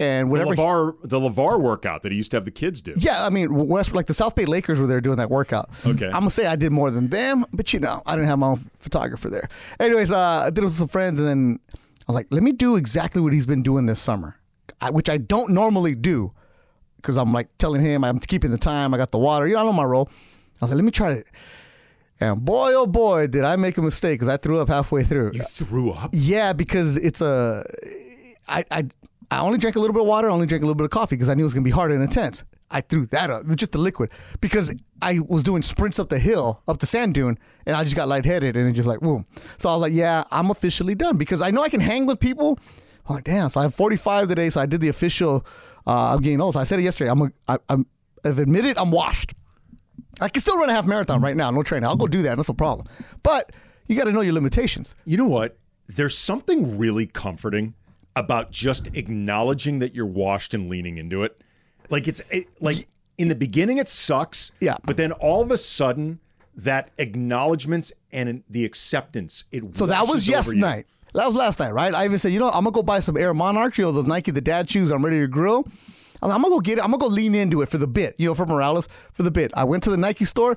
S2: and
S3: The
S2: whatever.
S3: Lavar, the Lavar workout that he used to have the kids do.
S2: yeah, I mean, West like the South Bay Lakers were there doing that workout.
S3: Okay.
S2: I'm gonna say I did more than them, but you know, I didn't have my own photographer there. Anyways, uh, I did it with some friends, and then I was like, let me do exactly what he's been doing this summer, I, which I don't normally do, because I'm like telling him I'm keeping the time, I got the water, you know, I know my role. I was like, let me try it, and boy, oh boy, did I make a mistake because I threw up halfway through.
S3: You threw up.
S2: Yeah, because it's a. I I I only drank a little bit of water. I only drank a little bit of coffee because I knew it was gonna be hard and intense. I threw that up, just the liquid, because I was doing sprints up the hill, up the sand dune, and I just got lightheaded and it just like boom. So I was like, yeah, I'm officially done because I know I can hang with people. Oh damn! So I have 45 today, so I did the official. Uh, I'm getting old. So I said it yesterday. I'm a, I, I'm I've admitted I'm washed. I can still run a half marathon right now, no training. I'll go do that. That's no problem. But you got to know your limitations.
S3: You know what? There's something really comforting about just acknowledging that you're washed and leaning into it. Like it's it, like in the beginning it sucks.
S2: Yeah.
S3: But then all of a sudden that acknowledgments and the acceptance it
S2: So that was
S3: washes over
S2: yes
S3: you.
S2: night. That was last night, right? I even said, you know, what? I'm gonna go buy some Air Monarchs, you know, those Nike the dad shoes. I'm ready to grill. I'm I'm gonna go get it. I'm gonna go lean into it for the bit, you know, for Morales for the bit. I went to the Nike store,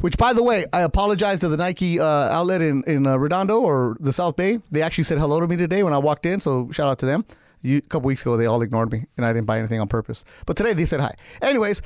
S2: which by the way, I apologize to the Nike uh, outlet in in uh, Redondo or the South Bay. They actually said hello to me today when I walked in, so shout out to them. You, a couple weeks ago, they all ignored me, and I didn't buy anything on purpose. But today, they said hi. Anyways,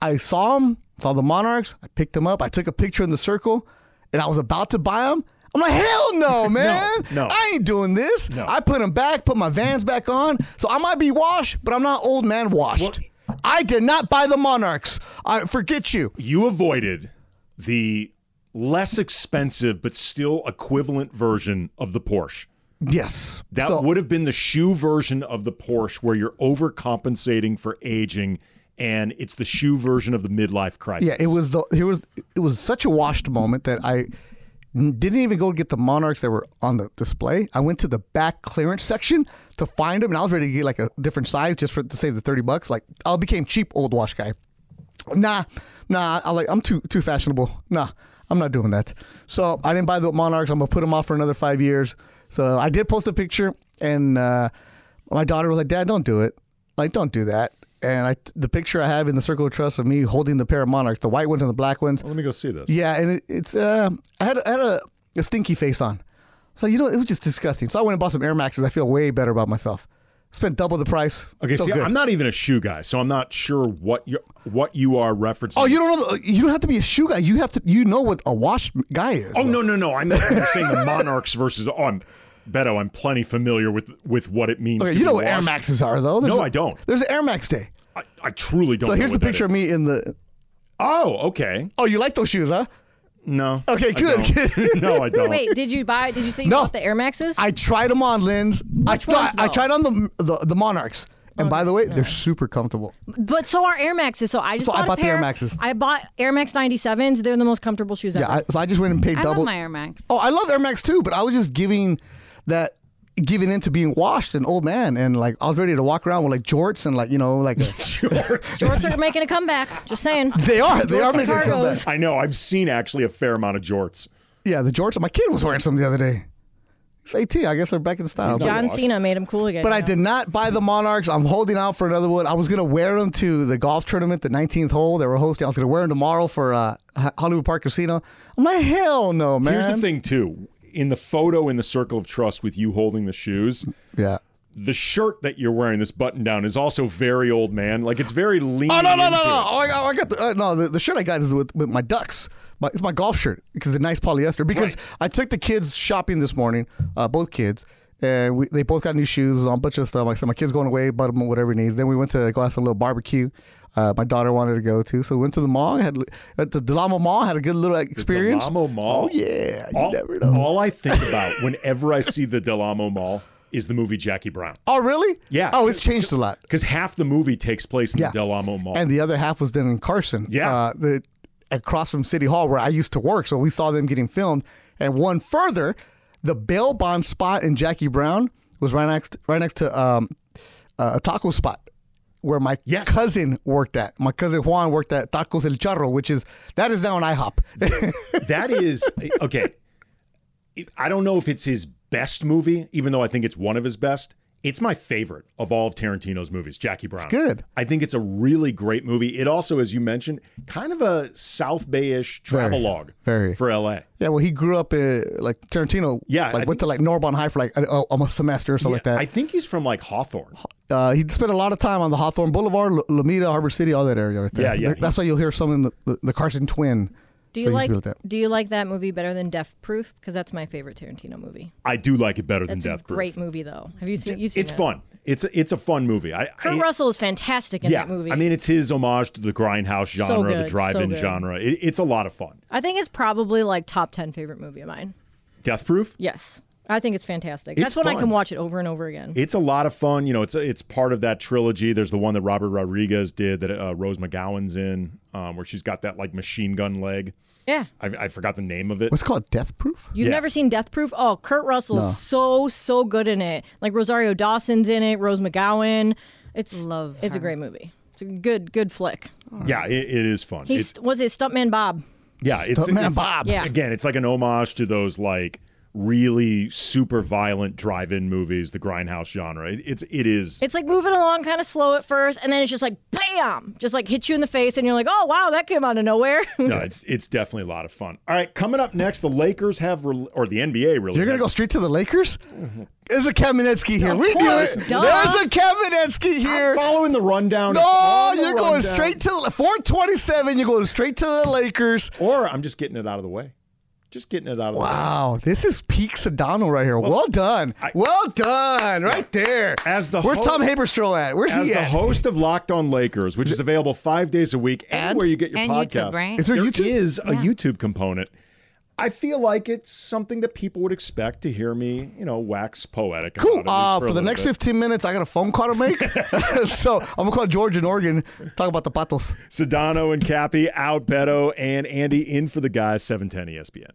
S2: I saw them, saw the Monarchs. I picked them up. I took a picture in the circle, and I was about to buy them. I'm like, hell no, man.
S3: no.
S2: I ain't doing this.
S3: No.
S2: I put them back, put my vans back on. So I might be washed, but I'm not old man washed. I did not buy the Monarchs. I forget you.
S3: You avoided the less expensive but still equivalent version of the Porsche.
S2: Yes.
S3: That
S2: So-
S3: would have been the shoe version of the Porsche where you're overcompensating for aging and it's the shoe version of the midlife crisis.
S2: Yeah, it was the it was it was such a washed moment that I n- didn't even go get the monarchs that were on the display. I went to the back clearance section to find them, and I was ready to get like a different size just for to save the thirty bucks. Like I became cheap old wash guy. Nah, nah. I like I'm too too fashionable. Nah, I'm not doing that. So I didn't buy the monarchs. I'm gonna put them off for another five years. So I did post a picture, and uh, my daughter was like, "Dad, don't do it." like don't do that and i the picture i have in the circle of trust of me holding the pair of monarchs the white ones and the black ones
S3: Let me go see this.
S2: yeah and it, it's uh i had, I had a, a stinky face on so you know it was just disgusting so i went and bought some air maxes i feel way better about myself spent double the price
S3: Okay,
S2: so
S3: see,
S2: good.
S3: I'm not even a shoe guy, so I'm not sure what you what you are referencing.
S2: oh you don't know the, you don't have to be a shoe guy you have to you know what a wash guy is
S3: Oh no, no, no! I'm saying the Monarchs versus. Oh, I'm Beto. I'm plenty familiar with with what it means.
S2: okay
S3: to
S2: you know what
S3: be
S2: air
S3: washed.
S2: maxes are though
S3: No,
S2: I
S3: I don't.
S2: there's an air max day
S3: I, I truly don't.
S2: so
S3: know
S2: here's a
S3: what that
S2: picture of
S3: is.
S2: me in the
S3: Oh, okay.
S2: oh you like those shoes huh
S3: No.
S2: Okay,
S3: I
S2: good,
S3: don't.
S2: good.
S3: no, I don't.
S8: Wait, did you buy? Did you say you
S2: No.
S8: bought the Air Maxes?
S2: I tried them on, Linz. I,
S8: Which
S2: no,
S8: ones,
S2: I, I
S8: though? Oh,
S2: tried on the the, the Monarchs. And by the way, they're super comfortable.
S8: but so are Air Maxes. So I just
S2: So I
S8: bought,
S2: bought
S8: a
S2: the Air
S8: pair.
S2: Maxes.
S8: I bought Air Max 97s. They're the most comfortable shoes
S2: Yeah,
S8: ever.
S2: I, so I just went and paid
S9: I
S2: double.
S9: love my Air Max.
S2: oh, I love Air Max too, but I was just giving that giving into being washed and old man, and like I was ready to walk around with like jorts and like you know like
S8: Shorts are making a comeback. Just saying.
S2: they are they
S8: Jorts
S2: are
S8: and
S2: making a comeback.
S8: cargos.
S3: I know. I've seen actually a fair amount of jorts.
S2: Yeah, the jorts. My kid was wearing some the other day. It's AT. I guess they're back in style.
S8: John Cena made him cool again.
S2: But I
S8: you know?
S2: did not buy the Monarchs. I'm holding out for another one. I was gonna wear them to the golf tournament, the 19th hole they were hosting. I was gonna wear them tomorrow for uh, Ho- Hollywood Park Casino. I'm like, hell no, man.
S3: Here's the thing, too. In the photo in the circle of trust with you holding the shoes,
S2: Yeah.
S3: the shirt that you're wearing, this button down, is also very old man. Like it's very lean.
S2: Oh no no no no!
S3: into it.
S2: Oh, I got, I got the uh, no. The, the shirt I got is with, with my ducks. My, it's my golf shirt because it's a nice polyester. Because I took the kids shopping this morning, uh, both kids, and we, they both got new shoes, a bunch of stuff. Like I said, my kid's going away, bought him whatever he needs. Then we went to go have some little barbecue. Uh, my daughter wanted to go to, so we went to the mall. Had at the Delamo Mall, had a good little experience.
S3: Delamo Mall.
S2: Oh yeah, you
S3: all,
S2: never know.
S3: all I think about whenever I see the Delamo Mall is the movie Jackie Brown.
S2: Oh really?
S3: Yeah.
S2: Oh, it's changed a lot.
S3: Because half the movie takes place in
S2: Yeah.
S3: the Delamo Mall.
S2: And the other half was done in Carson.
S3: Yeah.
S2: Uh, the, across from City Hall where I used to work. So we saw them getting filmed. And one further, the bail bond spot in Jackie Brown was right next right next to um, uh, a taco spot where my cousin worked at. My cousin Juan worked at Tacos El Charro, which is that is now an IHOP.
S3: that is okay. I don't know if it's his best movie, even though I think it's one of his best. It's my favorite of all of Tarantino's movies, Jackie Brown.
S2: good.
S3: I think it's a really great movie. It also, as you mentioned, kind of a South Bay-ish travelogue
S2: very.
S3: for LA.
S2: yeah, well, he grew up in like Tarantino.
S3: Yeah,
S2: like
S3: I
S2: went to like Norbon High for like a, a- almost semester or something like that.
S3: I think he's from like Hawthorne.
S2: Uh, he spent a lot of time on the Hawthorne Boulevard, L- Alameda, Harbor City, all that area right there.
S3: Yeah, yeah.
S2: That's why you'll hear some in the, the, the Carson Twin.
S8: Do you
S2: So he's
S8: like
S2: good at that.
S8: Do you like that movie better than Death Proof? Because that's my favorite Tarantino movie.
S3: I do like it better
S8: That's
S3: than
S8: a
S3: Death Proof.
S8: great movie, though. Have you seen? You've seen
S3: It's
S8: it.
S3: fun. It's a, it's a fun movie. I,
S8: Kurt
S3: I
S8: Russell is fantastic in
S3: yeah.
S8: that movie.
S3: I mean, it's his homage to the grindhouse
S8: So
S3: genre,
S8: good,
S3: the
S8: so
S3: drive-in
S8: good.
S3: genre. It, it's a lot of fun.
S8: I think it's probably like top ten favorite movie of mine.
S3: Death Proof.
S8: Yes, I think it's fantastic.
S3: It's
S8: That's when I
S3: fun.
S8: can watch it over and over again.
S3: It's a lot of fun. You know, it's it's part of that trilogy. There's the one that Robert Rodriguez did that uh, Rose McGowan's in, um, where she's got that like machine gun leg.
S8: yeah,
S3: I, I forgot the name of it.
S2: What's it called Death Proof?
S8: you've
S3: Yeah.
S8: never seen Death Proof? Oh, Kurt Russell
S3: No.
S8: is so so good in it. Like Rosario Dawson's in it. Rose McGowan. It's love. It's a great movie. It's a good good flick.
S3: Yeah, it, it is fun.
S8: He
S3: It's-
S8: st- was it Stuntman Bob.
S3: yeah, it's,
S2: Stuntman
S3: it's-
S2: Bob.
S8: Yeah.
S3: Again, it's like an homage to those like really super violent drive-in movies, the grindhouse genre. It, it's it is.
S8: It's like moving along kind of slow at first, and then it's just like bam, just like hits you in the face, and you're like, oh wow, that came out of nowhere.
S3: no, it's it's definitely a lot of fun. All right, coming up next, the Lakers have re- or the NBA really.
S2: You're going
S3: has-
S2: to go straight to the Lakers?
S3: Mm-hmm.
S2: There's a Kamenetsky here.
S3: Of
S2: we
S3: course,
S2: knew it.
S3: duh.
S2: There's a Kamenetsky here.
S3: following the rundown. It's
S2: No,
S3: on the
S2: you're going
S3: rundown.
S2: straight to the 427. You're going straight to the Lakers.
S3: Or I'm just getting it out of the way. Just getting it out of the way.
S2: Wow, this is peak Sedano right here. Well, done. well done. Right there.
S3: As the
S2: Where's
S3: host-
S2: Tom Haberstroh at? Where's
S3: As
S2: he
S3: the
S2: at?
S3: host of Locked On Lakers, which is available five days a week, and where you get your
S9: And
S3: podcast,
S9: YouTube, right?
S2: Is there YouTube?
S3: is a YouTube component. I feel like it's something that people would expect to hear me, you know, wax poetic.
S2: Cool.
S3: About, at least
S2: Uh, for
S3: a
S2: the
S3: little
S2: next
S3: bit.
S2: 15 minutes, I got a phone call to make. so I'm going to call George in Oregon, talk about the patos.
S3: Sedano and Cappy out, Beto and Andy in for the guys, E 710 ESPN.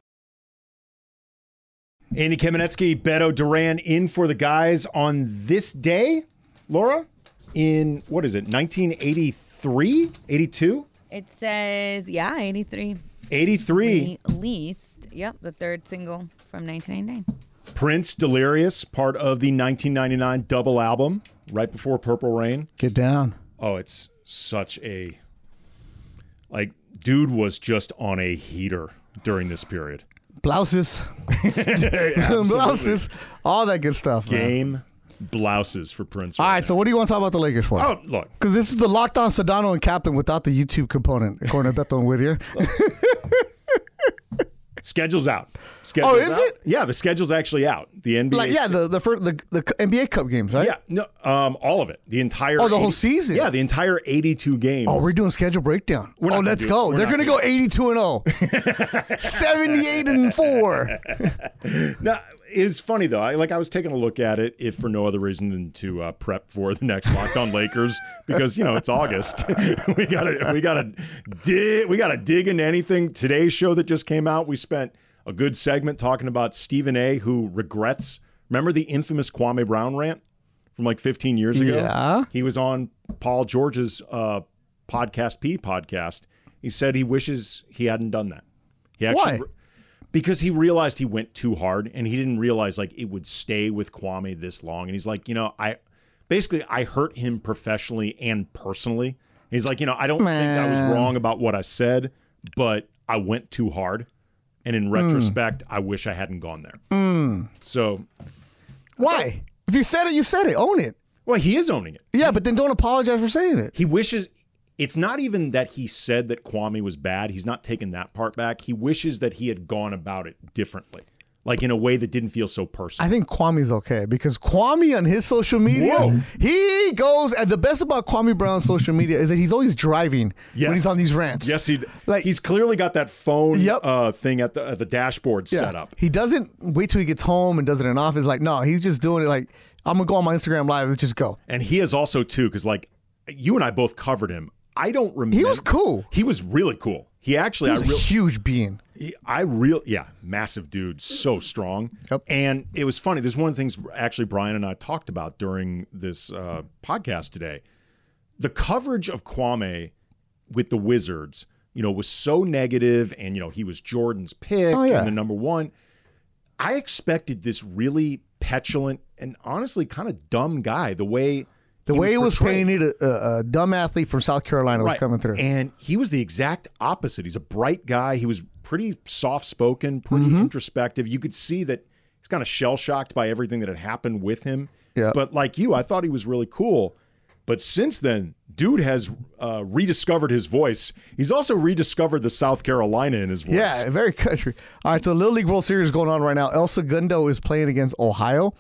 S3: Andy Kamenetsky, Beto Duran in for the guys on this day, Laura, in what is it, 1983, 82?
S9: It says, yeah, 83.
S3: 83,
S9: Released. Yep, the third single from 1999.
S3: Prince Delirious, part of the 1999 double album, right before Purple Rain.
S2: Get down.
S3: Oh, it's such a. Like, dude was just on a heater during this period.
S2: Blouses. Blouses. All that good stuff, man.
S3: Game blouses for Prince.
S2: All right, so what do you want to talk about the Lakers for?
S3: Oh, look.
S2: Because this is the Lockdown Sedano and Captain without the YouTube component, according to Beto and Whittier.
S3: Schedule's out. Schedule's
S2: Oh, is
S3: out.
S2: it?
S3: Yeah, the schedule's actually out. The NBA.
S2: like, yeah, the the, first, the the NBA Cup games, right?
S3: Yeah, no, um, all of it. The entire.
S2: Oh, the whole season?
S3: Yeah, the entire 82 games.
S2: Oh, we're doing schedule breakdown.
S3: We're not
S2: oh,
S3: gonna
S2: let's
S3: do it.
S2: go.
S3: We're
S2: They're
S3: not
S2: going to go 82 and 0. 78 and 4.
S3: No, it's funny though. I like I was taking a look at it, if for no other reason than to uh, prep for the next Locked On Lakers because you know it's August. we gotta we gotta dig we gotta dig into anything. Today's show that just came out, we spent a good segment talking about Stephen A. who regrets. Remember the infamous Kwame Brown rant from like 15 years ago?
S2: Yeah.
S3: He was on Paul George's uh, podcast P podcast. He said he wishes he hadn't done that. He actually
S2: Why?
S3: because he realized he went too hard and he didn't realize like it would stay with Kwame this long. And he's like, you know, I basically I hurt him professionally and personally. He's like, you know, I don't think I was
S2: Man.
S3: wrong about what I said, but I went too hard. And
S2: Hmm.
S3: in retrospect, I wish I hadn't gone there. So,
S2: Why? If you said it, you said it. Own it.
S3: well, he is owning it.
S2: Yeah, but then don't apologize for saying it.
S3: He wishes it's not even that he said that Kwame was bad. He's not taking that part back. He wishes that he had gone about it differently. like in a way that didn't feel so personal.
S2: I think Kwame's okay because Kwame on his social media, he goes. And the best about Kwame Brown's social media is that he's always driving when he's on these rants.
S3: Yes, he like he's clearly got that phone
S2: Yep.
S3: uh, thing at the at the dashboard set up.
S2: He doesn't wait till he gets home and does it in office. Like, no, he's just doing it. Like, I'm gonna go on my Instagram live. Let's just go.
S3: And he is also too, because like you and I both covered him. I don't remember. He was
S2: cool.
S3: He was really cool. He actually,
S2: He was
S3: I
S2: a
S3: real
S2: huge being.
S3: He- I real, yeah, massive dude, so strong. Yep. And it was funny. There's one of the things actually Brian and I talked about during this uh, podcast today. The coverage of Kwame with the Wizards, you know, was so negative, and you know he was Jordan's pick
S2: Oh, yeah.
S3: and the number one. I expected this really petulant and honestly kind of dumb guy. The way
S2: The
S3: he
S2: way it was
S3: portrayed.
S2: painted, a, a, a dumb athlete from South Carolina was
S3: Right.
S2: coming through.
S3: And he was the exact opposite. He's a bright guy. He was pretty soft spoken, pretty
S2: Mm-hmm.
S3: introspective. You could see that he's kind of shell shocked by everything that had happened with him.
S2: Yeah.
S3: But like you, I thought he was really cool. But since then, dude has uh, rediscovered his voice. He's also rediscovered the South Carolina in his voice.
S2: Yeah, very country. All right, so Little League World Series is going on right now. El Segundo is playing against Ohio,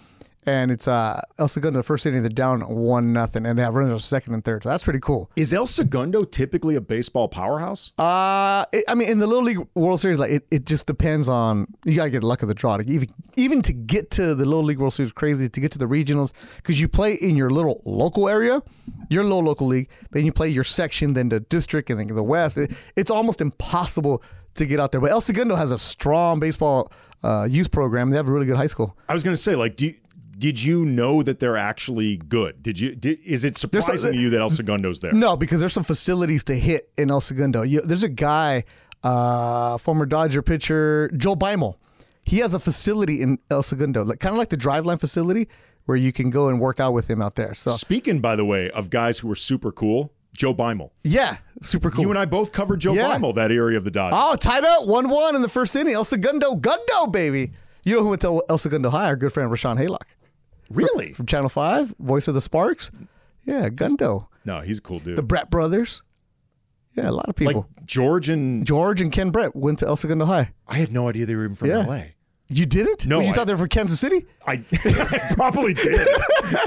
S2: and it's uh, El Segundo, the first inning, they're down one nothing, and they have runners on second and third. So that's pretty cool.
S3: Is El Segundo typically a baseball powerhouse?
S2: Uh, it, I mean, in the Little League World Series, like it, it just depends on you gotta get luck of the draw to even even to get to the Little League World Series. Crazy to get to the regionals because you play in your little local area, your little local league, then you play your section, then the district, and then the West. It, it's almost impossible to get out there. But El Segundo has a strong baseball uh, youth program. They have a really good high school.
S3: I was going to say, like, do you, did you know that they're actually good? Did you? Did, is it
S2: There's
S3: surprising
S2: some-
S3: to you that El Segundo's there?
S2: No, because there's some facilities to hit in El Segundo. You, there's a guy, uh, former Dodger pitcher Joe Bimel. He has a facility in El Segundo, like kind of like the driveline facility where you can go and work out with him out there. So
S3: Speaking, by the way, of guys who were super cool, Joe Bimel.
S2: yeah, super cool.
S3: You and I both covered Joe
S2: Yeah.
S3: Bimel, that area of the Dodgers.
S2: Oh, tied up one one in the first inning. El Segundo, Gundo, baby. You know who went to El Segundo High? Our good friend Rashawn Haylock.
S3: Really?
S2: From, Channel Five, voice of the Sparks. Yeah, Gundo.
S3: no, he's a cool dude.
S2: The Brett brothers. Yeah, a lot of people.
S3: Like George and
S2: George and Ken Brett went to El Segundo High.
S3: I had no idea they were even from
S2: Yeah.
S3: LA.
S2: You didn't?
S3: No,
S2: Well, you
S3: I-
S2: thought they were from Kansas City?
S3: I, I probably did.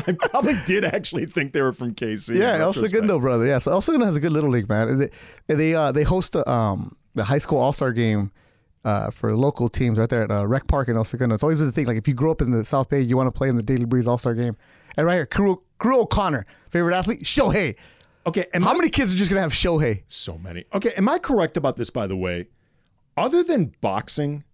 S3: I probably did actually think they were from KC. in
S2: Yeah, El
S3: retrospect.
S2: Segundo, brother. Yeah, so El Segundo has a good little league, man. And They and they, uh, they host the um the high school all star game. Uh, for local teams right there at uh, Rec Park in El Segundo. It's always been the thing. Like, if you grew up in the South Bay, you want to play in the Daily Breeze All Star game. And right here, Crew, Crew O'Connor, favorite athlete, Shohei.
S3: Okay,
S2: How many kids are just going to have Shohei?
S3: So many. Okay, am I correct about this, by the way? Other than boxing,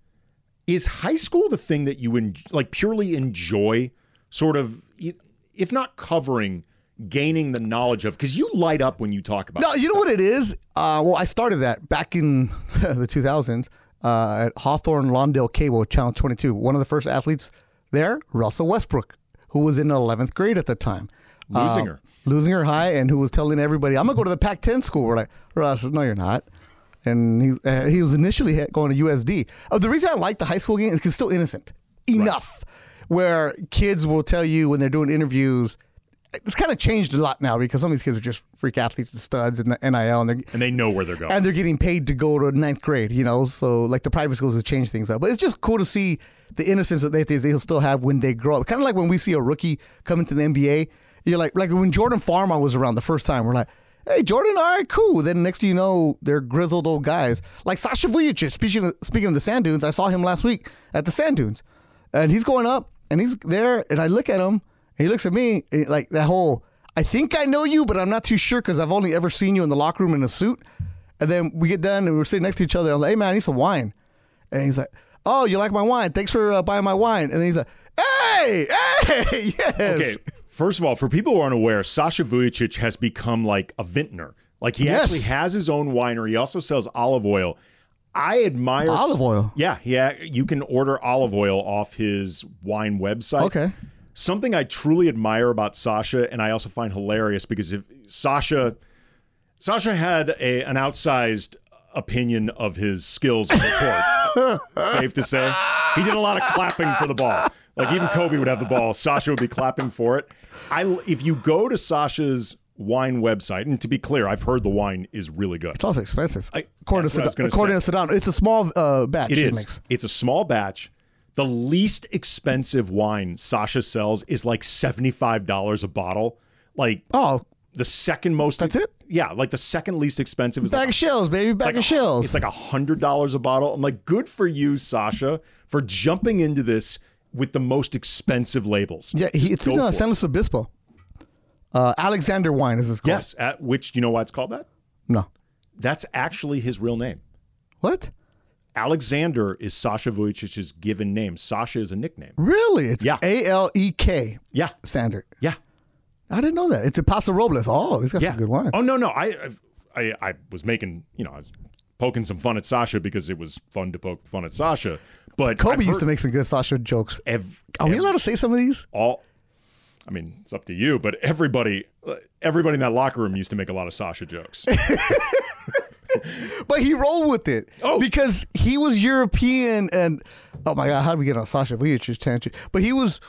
S3: is high school the thing that you en- like purely enjoy, sort of, e- if not covering, gaining the knowledge of? Because you light up when you talk about
S2: No,
S3: this
S2: you know
S3: stuff.
S2: what it is? Uh, well, I started that back in the 2000s uh, at Hawthorne Lawndale Cable, Channel 22. One of the first athletes there, Russell Westbrook, who was in 11th grade at the time.
S3: Losing
S2: Uh,
S3: her.
S2: Losing her high, and who was telling everybody, I'm going to go to the Pac 10 school. We're like, Russ, no, you're not. And he, uh, he was initially he- going to USD. Uh, the reason I like the high school game is 'cause it's still innocent. Enough. Where kids will tell you when they're doing interviews, it's kind of changed a lot now because some of these kids are just freak athletes and studs and the NIL and they're
S3: and they know where they're going.
S2: and they're getting paid to go to ninth grade, you know. So like the private schools have changed things up, but it's just cool to see the innocence that they they'll still have when they grow up. Kind of like when we see a rookie come into the NBA, you're like like when Jordan Farmer was around the first time, we're like. Hey Jordan, all right, cool. Then next thing you know, they're grizzled old guys like Sasha Vujacic. Speaking of, speaking of the sand dunes, I saw him last week at the sand dunes, and he's going up and he's there, and I look at him, and he looks at me and like that whole. I think I know you, but I'm not too sure because I've only ever seen you in the locker room in a suit. And then we get done and we're sitting next to each other. I'm like, hey, man, I need some wine. And he's like, oh, you like my wine? Thanks for uh, buying my wine. And then he's like, hey, hey, yes.
S3: Okay, first of all, for people who aren't aware, Sasha Vujicic has become like a vintner. Like he
S2: Yes.
S3: actually has his own winery. He also sells olive oil. I admire
S2: Olive oil?
S3: Yeah, yeah. You can order olive oil off his wine website.
S2: Okay.
S3: Something I truly admire about Sasha, and I also find hilarious because if Sasha, Sasha had a, an outsized opinion of his skills on the court. Safe to say, he did a lot of clapping for the ball. Like even Kobe would have the ball, Sasha would be clapping for it. I if you go to Sasha's wine website, and to be clear, I've heard the wine is really good.
S2: It's also expensive. according
S3: that's
S2: to
S3: what I was
S2: Sedano,
S3: gonna
S2: according
S3: say.
S2: to Sedano, it's a small uh, batch.
S3: It
S2: he
S3: is.
S2: makes.
S3: It's a small batch. The least expensive wine Sasha sells is like $75 a bottle. Like,
S2: oh,
S3: the second most. That's it? Yeah, like the second least expensive is
S2: Bag
S3: like,
S2: of shells, baby. Bag
S3: like
S2: of
S3: a-
S2: shells.
S3: It's like a hundred dollars a bottle. I'm like, good for you, Sasha, for jumping into this with the most expensive labels.
S2: yeah, he,
S3: Just
S2: it's
S3: go
S2: in uh,
S3: for
S2: San
S3: it.
S2: Luis Obispo. Uh, Alexander Wine is his called.
S3: Yes, at which you know why it's called that?
S2: No.
S3: That's actually his real name.
S2: What?
S3: Alexander is Sasha Vujicic's given name. Sasha is a nickname.
S2: Really? It's
S3: Yeah.
S2: A L E K.
S3: Yeah.
S2: Sander.
S3: Yeah.
S2: I didn't know that. It's a Paso Robles. Oh, he's got
S3: Yeah.
S2: some good wine.
S3: Oh no, no, I, I've- I, I was making, you know, I was poking some fun at Sasha because it was fun to poke fun at Sasha. But
S2: Kobe
S3: I've
S2: used to
S3: heard
S2: make Oh, some good Sasha jokes.
S3: ev-
S2: Are we
S3: ev-
S2: allowed to say some of these?
S3: all I mean, it's up to you, but everybody everybody in that locker room used to make a lot of Sasha jokes.
S2: But he rolled with it. Oh. Because he was European and oh my god, how did we get on Sasha? We just tangent. But he was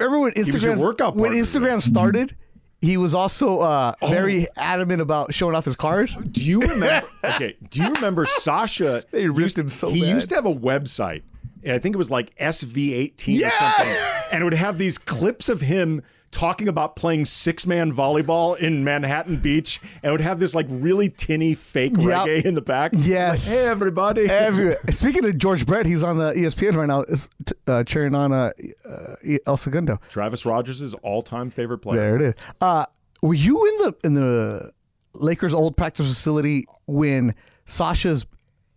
S2: everyone
S3: was your
S2: Instagram
S3: workout
S2: when
S3: partner,
S2: Instagram started, he was also uh, very
S3: Oh.
S2: adamant about showing off his cars.
S3: do you remember Okay, do you remember Sasha
S2: They ripped him so
S3: He
S2: bad.
S3: used to have a website. and I think it was like SV18 or
S2: Yeah!
S3: something. And it would have these clips of him talking about playing six-man volleyball in Manhattan Beach and it would have this like really tinny fake
S2: Yep.
S3: reggae in the back.
S2: Yes.
S3: Like, hey everybody.
S2: Everywhere. Speaking of George Brett, he's on uh, E the ESPN right now, is t- uh, cheering on uh, uh, El Segundo.
S3: Travis Rogers' all-time favorite player.
S2: There it is. Uh, were you in the in the Lakers old practice facility when Sasha's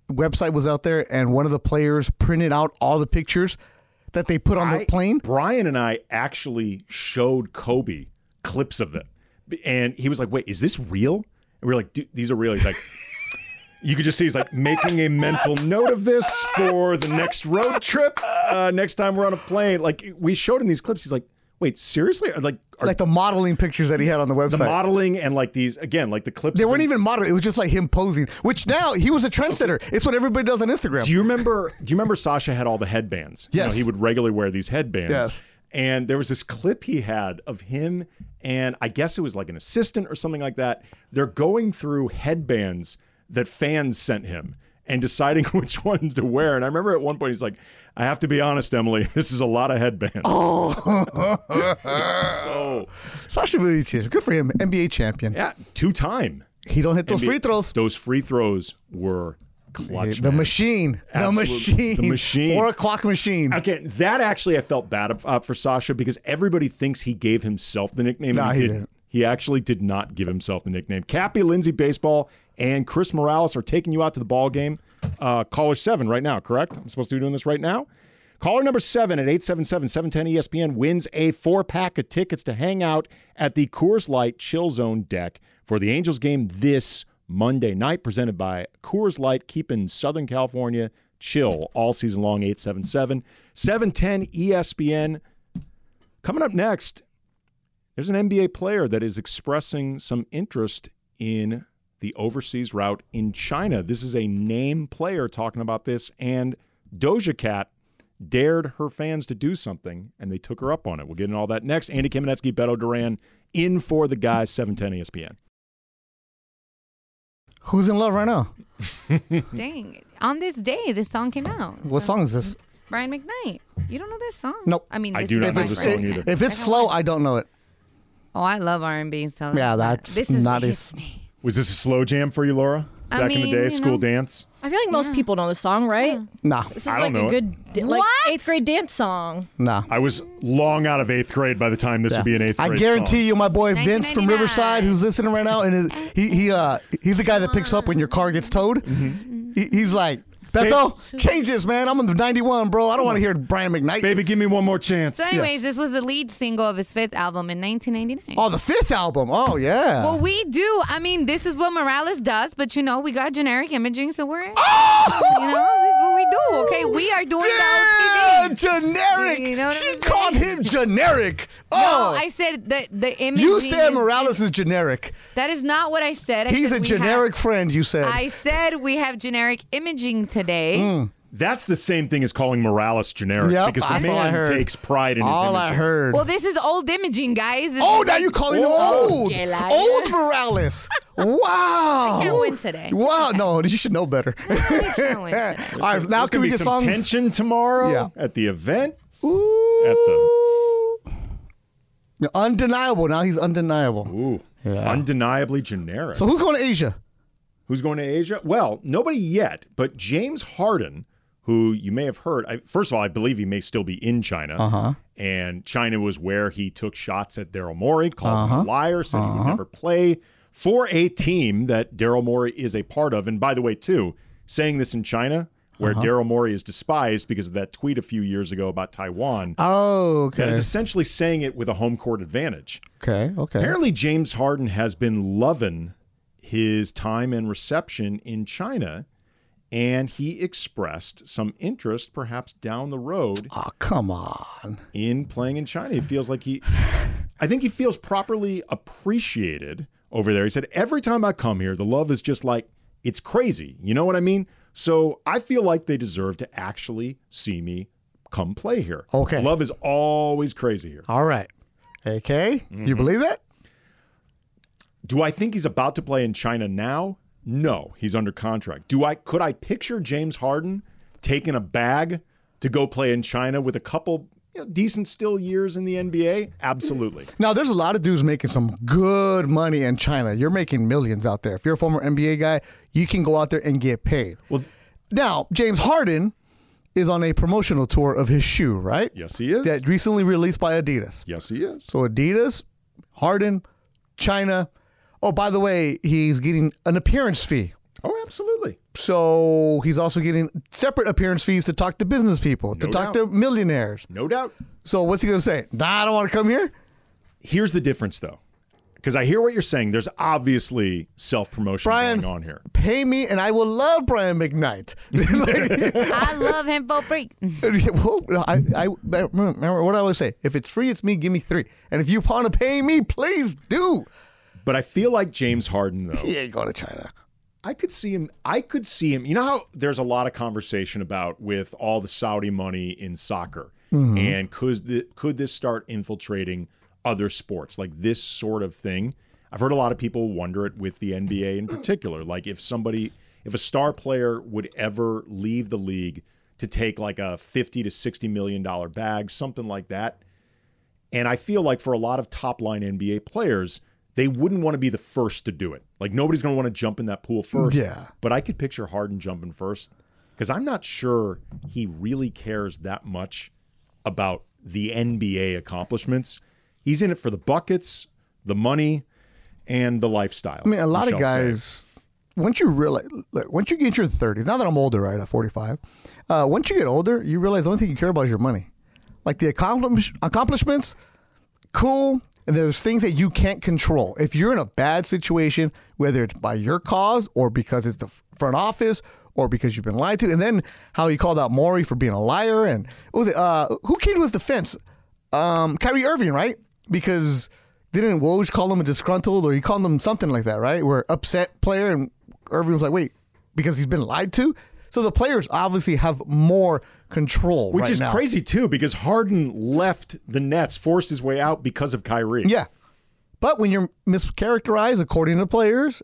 S2: website was out there and one of the players printed out all the pictures that they put on the
S3: I-
S2: plane?
S3: Brian and I actually showed Kobe clips of them, and he was like, "Wait, is this real?" And we were like, Dude, "These are real." He's like, "You could just see he's like making a mental note of this for the next road trip. Uh, next time we're on a plane." Like we showed him these clips. He's like, "Wait, seriously?" Like are
S2: Like the modeling pictures that he had on the
S3: the
S2: website.
S3: modeling and like these again, like the clips.
S2: they
S3: of
S2: weren't
S3: them-
S2: even modeling. It was just like him posing, which now he was a trendsetter. It's what everybody does on Instagram.
S3: Do you remember? Do you remember Sasha had all the headbands? You know,
S2: Yes.
S3: he would regularly wear these headbands.
S2: Yes.
S3: And there was this clip he had of him, and I guess it was like an assistant or something like that. They're going through headbands that fans sent him and deciding which ones to wear. And I remember at one point he's like, "I have to be honest, Emily, this is a lot of headbands." Oh,
S2: Sasha Vujic, good for him, NBA champion.
S3: yeah, two time.
S2: He don't hit those
S3: NBA
S2: free throws.
S3: Those free throws were clutch.
S2: The
S3: man.
S2: machine, the
S3: Absolutely.
S2: machine,
S3: The machine.
S2: four o'clock machine.
S3: Okay, that actually I felt bad of- uh, for Sasha because everybody thinks he gave himself the nickname.
S2: Nah,
S3: and
S2: he
S3: didn't.
S2: didn't.
S3: He actually did not give himself the nickname. Cappy, Lindsay Baseball, and Chris Morales are taking you out to the ball game. Uh, caller seven right now, correct? I'm supposed to be doing this right now. Caller number seven E at 877-710-ESPN wins a four-pack of tickets to hang out at the Coors Light Chill Zone deck for the Angels game this Monday night, presented by Coors Light, keeping Southern California chill all season long, E 877-710-ESPN. Coming up next, there's an NBA player that is expressing some interest in the overseas route in China. This is a name player talking about this, and Doja Cat dared her fans to do something, and they took her up on it. We'll get into all that next. Andy Kamenetsky, Beto Duran, in for the guys, E 710 ESPN.
S2: Who's in love right now?
S9: Dang. On this day, this song came out.
S2: What
S9: So,
S2: song is this?
S9: Brian McKnight. You don't know this song?
S2: Nope.
S9: I mean,
S3: I
S9: this
S3: do
S9: is
S3: not
S9: my
S3: know this
S9: friend.
S3: song either.
S2: If it's slow, I don't know it.
S9: Oh, I love R&B so
S2: Yeah, that's
S9: this is
S2: not
S9: what
S2: his-
S9: hits me.
S3: Was this a slow jam for you, Laura?
S9: I
S3: Back in the
S9: mean,
S3: day,
S9: you
S3: school
S9: know.
S3: dance?
S8: I feel like most people know the song, right?
S2: Nah,
S8: This is
S3: I
S8: like
S3: don't know
S8: a
S3: it.
S8: good da- like
S9: What?
S8: eighth grade dance song.
S2: nah.
S3: I was long out of eighth grade by the time this would be an eighth
S2: I
S3: grade.
S2: guarantee you, my boy Vince from
S9: 1999.
S2: Riverside, who's listening right now, and is, he he uh he's the guy that picks up when your car gets towed.
S3: Mm-hmm.
S2: He, he's like, Beto, change this, man. I'm on the 91, bro. I don't want to hear Brian McKnight.
S3: Baby, give me one more chance.
S9: So anyways, this was the lead single of his fifth album in 1999.
S2: Oh, the fifth album. Oh yeah.
S9: Well, we do. I mean, this is what Morales does, but you know, we got generic imaging, so we're. You know, this is what we do. Okay, we are doing
S2: yeah,
S9: the OTD.
S2: generic.
S9: You know what
S2: she
S9: I'm
S2: called
S9: saying?
S2: him generic. Oh,
S9: No, I said that the image.
S2: you said Morales is generic.
S9: That is not what I said. I
S2: He's
S9: said
S2: a
S9: we
S2: generic
S9: Have,
S2: friend. You said.
S9: I said we have generic imaging today.
S2: Mm.
S3: That's the same thing as calling Morales generic
S2: Yep,
S3: because
S2: that's
S3: man
S2: all I heard.
S3: takes pride in his
S2: All I
S3: imaging.
S2: heard.
S9: Well, this is old imaging, guys. This
S2: Oh,
S9: is
S2: now
S9: like-
S2: you're calling him
S9: Oh,
S2: old.
S9: yeah, liar.
S2: Old Morales. Wow.
S9: I can't win today.
S2: Wow. No, you should know better.
S9: can't win today.
S2: All right, now
S3: There's
S2: can
S3: gonna
S2: we
S3: be
S2: get
S3: some
S2: songs?
S3: tension tomorrow
S2: Yeah.
S3: at the event? At the
S2: No, Undeniable. Now he's undeniable.
S3: ooh, undeniably generic.
S2: So who's going to Asia?
S3: Who's going to Asia? Well, nobody yet, but James Harden, who you may have heard. I, first of all, I believe he may still be in China. Uh-huh. And China was where he took shots at Daryl Morey, called him a liar, said he would never play for a team that Daryl Morey is a part of. And by the way, too, saying this in China, where Daryl Morey is despised because of that tweet a few years ago about Taiwan,
S2: Oh,
S3: that
S2: okay.
S3: is essentially saying it with a home court advantage.
S2: Okay, okay.
S3: Apparently, James Harden has been loving his time and reception in China, and he expressed some interest, perhaps down the road,
S2: Oh, come on.
S3: in playing in China. He feels like he, I think he feels properly appreciated over there. He said, Every time I come here, the love is just like, it's crazy. You know what I mean? So I feel like they deserve to actually see me come play here.
S2: Okay.
S3: Love is always crazy here.
S2: All right. Mm-hmm. Okay. You believe that?
S3: Do I think he's about to play in China now? No, he's under contract. Do I could I picture James Harden taking a bag to go play in China with a couple you know, decent still years in the NBA? Absolutely.
S2: Now, there's a lot of dudes making some good money in China. You're making millions out there. If you're a former NBA guy, you can go out there and get paid. Well, now James Harden is on a promotional tour of his shoe, right?
S3: Yes, he is.
S2: That recently released by Adidas.
S3: yes, he is.
S2: So Adidas, Harden, China. Oh, by the way, he's getting an appearance fee.
S3: Oh, absolutely.
S2: So he's also getting separate appearance fees to talk to business people, to
S3: No
S2: talk to
S3: doubt.
S2: millionaires.
S3: No doubt.
S2: So what's he gonna say? Nah, I don't want to come here.
S3: Here's the difference though. Because I hear what you're saying. There's obviously self promotion
S2: Brian-
S3: going on here.
S2: Pay me, and I will love Brian McKnight. Like-
S9: I love him for free.
S2: Well, I, I remember what I always say: if it's free, it's me. Give me three, and if you want to pay me, please do.
S3: But I feel like James Harden though.
S2: He ain't going to China.
S3: I could see him. I could see him. You know how there's a lot of conversation about with all the Saudi money in soccer, and could th- could this start infiltrating other sports like this sort of thing? I've heard a lot of people wonder it with the NBA in particular. Like if somebody, if a star player would ever leave the league to take like a fifty to sixty million dollar bag, something like that. And I feel like for a lot of top line NBA players, they wouldn't want to be the first to do it. Like nobody's going to want to jump in that pool first.
S2: Yeah.
S3: But I could picture Harden jumping first because I'm not sure he really cares that much about the NBA accomplishments. He's in it for the buckets, the money, and the lifestyle.
S2: I mean, a lot
S3: we
S2: of
S3: shall say.
S2: guys. Once you realize, like, once you get your thirties, now that I'm older, right, at 45, uh, once you get older, you realize the only thing you care about is your money. Like the accomplish- accomplishments, cool. And there's things that you can't control. If you're in a bad situation, whether it's by your cause or because it's the f- front office or because you've been lied to, and then how he called out Maury for being a liar and what was it? Uh, who came to his defense? Um, Kyrie Irving, right? Because didn't Woj call him a disgruntled or he called him something like that, right? Where upset player and Irving was like, wait, because he's been lied to. So the players obviously have more control,
S3: Which
S2: right
S3: is
S2: now.
S3: crazy too, because Harden left the Nets, forced his way out because of Kyrie.
S2: Yeah. But when you're mischaracterized according to players,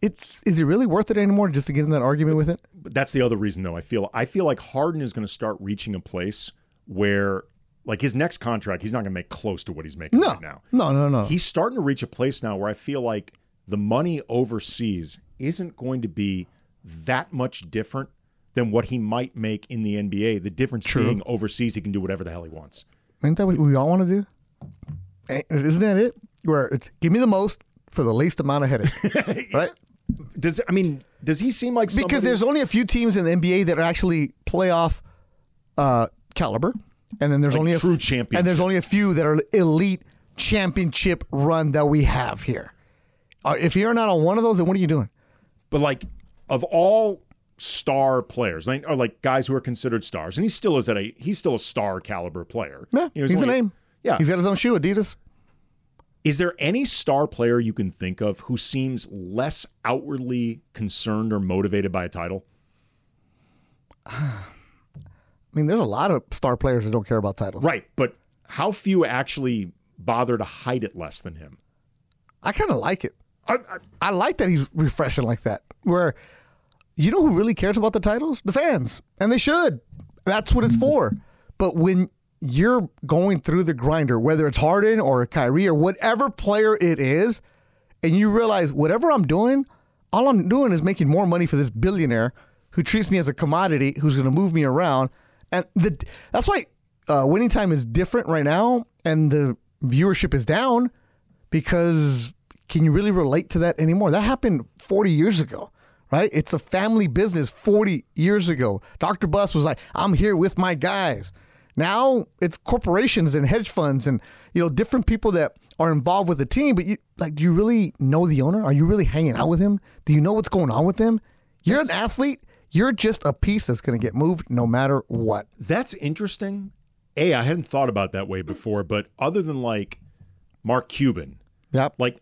S2: it's is it really worth it anymore just to get in that argument with it?
S3: But that's the other reason though. I feel I feel like Harden is going to start reaching a place where like his next contract, he's not going to make close to what he's making
S2: No.
S3: right now.
S2: No, no, no.
S3: He's starting to reach a place now where I feel like the money overseas isn't going to be that much different than what he might make in the NBA. The difference being overseas, he can do whatever the hell he wants.
S2: Ain't that what we all want to do? Eh, Isn't that it? Where it's give me the most for the least amount of headache, right?
S3: Does I mean? Does he seem like somebody,
S2: Because there's only a few teams in the NBA that are actually playoff uh, caliber, and then there's only a
S3: true
S2: champion,
S3: championship.
S2: and there's only a few that are elite championship run that we have here. Uh, if you're not on one of those, then what are you doing?
S3: but like of all star players, like or like guys who are considered stars, and he still is at a he's still a star caliber player.
S2: Yeah,
S3: You know,
S2: he's a
S3: only-
S2: name.
S3: Yeah,
S2: He's got his own shoe, Adidas.
S3: Is there any star player you can think of who seems less outwardly concerned or motivated by a title?
S2: I mean, there's a lot of star players that don't care about titles.
S3: Right, but how few actually bother to hide it less than him?
S2: I kind of like it. I, like that he's refreshing like that. Where you know who really cares about the titles? The fans, and they should. That's what it's
S3: Mm-hmm.
S2: for. But when you're going through the grinder, whether it's Harden or Kyrie or whatever player it is, and you realize whatever I'm doing, all I'm doing is making more money for this billionaire who treats me as a commodity, who's going to move me around, and the that's why uh, winning time is different right now, and the viewership is down because can you really relate to that anymore? That happened 40 years ago, right? It's a family business 40 years ago. Dr. Bus was like, I'm here with my guys. Now it's corporations and hedge funds and you know different people that are involved with the team. But you like, do you really know the owner? Are you really hanging out with him? Do you know what's going on with him? You're an athlete. You're just a piece that's going to get moved no matter what.
S3: That's interesting. A, I hadn't thought about it that way before, but other than like Mark Cuban,
S2: yep.
S3: like,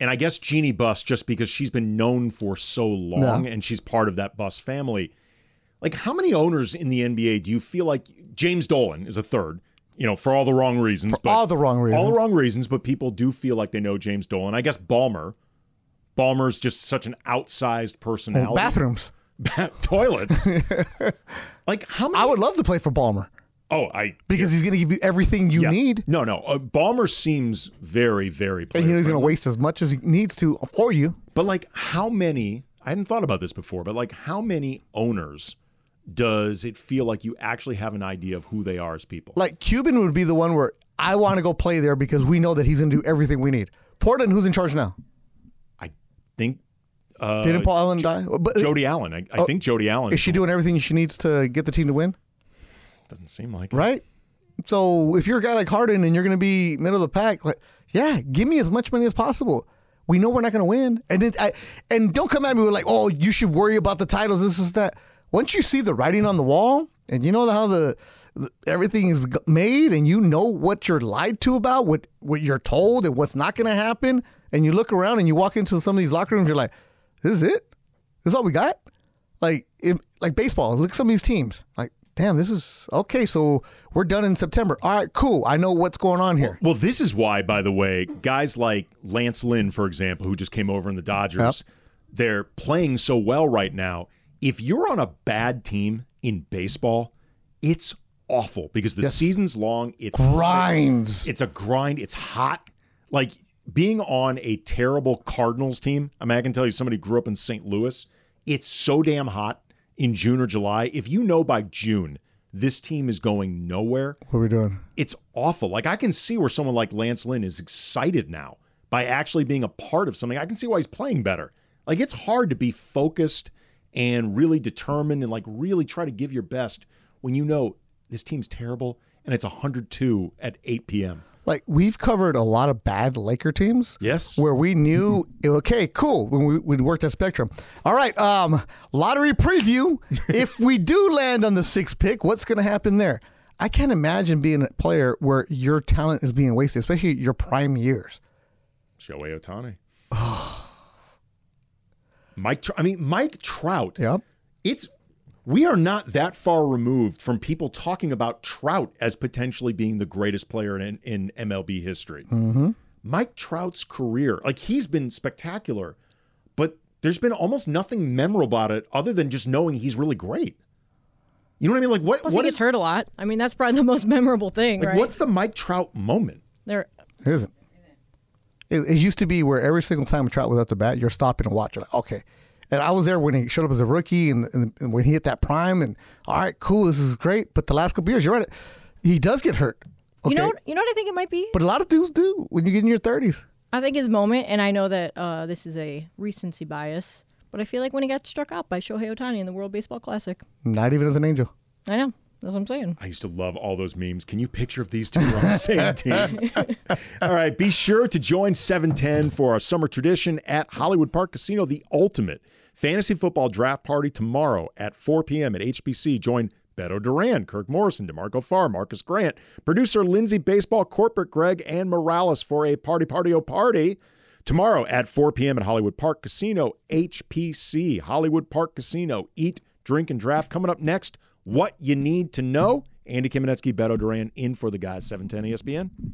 S3: and I guess Jeannie Buss, just because she's been known for so long
S2: Yeah.
S3: and she's part of that Buss family. Like, how many owners in the NBA do you feel like James Dolan is a third? You know, for all the wrong reasons. but
S2: all the wrong reasons.
S3: All the wrong reasons, but people do feel like they know James Dolan. I guess Ballmer. Ballmer's just such an outsized personality.
S2: bathrooms.
S3: toilets. like how many?
S2: I would love to play for Balmer
S3: Oh, I
S2: because he's going to give you everything you
S3: Yes.
S2: need,
S3: No, no. Uh, Balmer seems very, very.
S2: and you know he's going
S3: player-friendly.
S2: to waste as much as he needs to for you.
S3: But like, how many? I hadn't thought about this before, but like, how many owners does it feel like you actually have an idea of who they are as people?
S2: Like Cuban would be the one where I want to go play there because we know that he's going to do everything we need. Portland, who's in charge now?
S3: I think. Uh,
S2: Didn't Paul Allen die? But
S3: Jody Allen. I, I
S2: Oh,
S3: think Jody Allen.
S2: is she doing everything she needs to get the team to win?
S3: Doesn't seem like. it.
S2: Right. So if you're a guy like Harden and you're going to be middle of the pack, like, yeah, give me as much money as possible. We know we're not going to win, and it, I, and don't come at me with like, oh, you should worry about the titles. This is that. Once you see the writing on the wall, and you know how the, the everything is g- made, and you know what you're lied to about, what what you're told, and what's not going to happen, and you look around and you walk into some of these locker rooms, you're like, this is it. This is all we got like it, like baseball. Look at some of these teams. Like, damn, this is okay. So we're done in September. All right, cool. I know what's going on here.
S3: Well, this is why, by the way, guys like Lance Lynn, for example, who just came over in the Dodgers, they're playing so well right now. If you're on a bad team in baseball, it's awful because the season's long. It's
S2: Grinds.
S3: It's a grind. It's hot. Like being on a terrible Cardinals team. I mean, I can tell you somebody who grew up in St. Louis. It's so damn hot in June or July. If you know by June this team is going nowhere,
S2: What are we doing?
S3: it's awful. Like I can see where someone like Lance Lynn is excited now by actually being a part of something. I can see why he's playing better. Like it's hard to be focused and really determined and like really try to give your best when you know this team's terrible and it's 102 at 8 p.m.
S2: Like we've covered a lot of bad Laker teams.
S3: Yes.
S2: Where we knew okay, cool. When we, we worked at Spectrum. All right, um, lottery preview. if we do land on the sixth pick, what's gonna happen there? I can't imagine being a player where your talent is being wasted, especially your prime years.
S3: Shohei Otani. Mike, Tr- I mean Mike Trout.
S2: Yep.
S3: It's we are not that far removed from people talking about Trout as potentially being the greatest player in, in MLB history. Mike Trout's career, like he's been spectacular, but there's been almost nothing memorable about it other than just knowing he's really great. You know what I mean? Like what?
S8: Plus,
S3: what
S8: he gets
S3: is-
S8: hurt a lot. I mean, that's probably the most memorable thing,
S3: like,
S8: right?
S3: What's the Mike Trout moment?
S8: There,
S2: It isn't. It, it used to be where every single time Trout was at the bat, you're stopping and watching. Like, okay. And I was there when he showed up as a rookie and, and, and when he hit that prime, and all right, cool, this is great. But the last couple years, you're right, he does get hurt. Okay.
S8: you know, what- you know what I think it might be.
S2: but a lot of dudes do when you get in your 30s.
S8: I think his moment, and I know that uh, this is a recency bias, but I feel like when he got struck out by Shohei Otani in the World Baseball Classic,
S2: Not even as an angel.
S8: I know that's what I'm saying.
S3: I used to love all those memes. Can you picture if these two were on the same team? all right, be sure to join 710 for our summer tradition at Hollywood Park Casino, the ultimate fantasy football draft party tomorrow at 4 p.m. at HBC. Join Beto Duran, Kirk Morrison, DeMarco Farr, Marcus Grant, producer Lindsay Baseball, corporate Greg, and Morales for a party, party, oh, party. Tomorrow at 4 p.m. at Hollywood Park Casino, HPC, Hollywood Park Casino. Eat, drink, and draft. Coming up next, E what you need to know. Andy Kamenetsky, Beto Duran, in for the guys, 710 ESPN.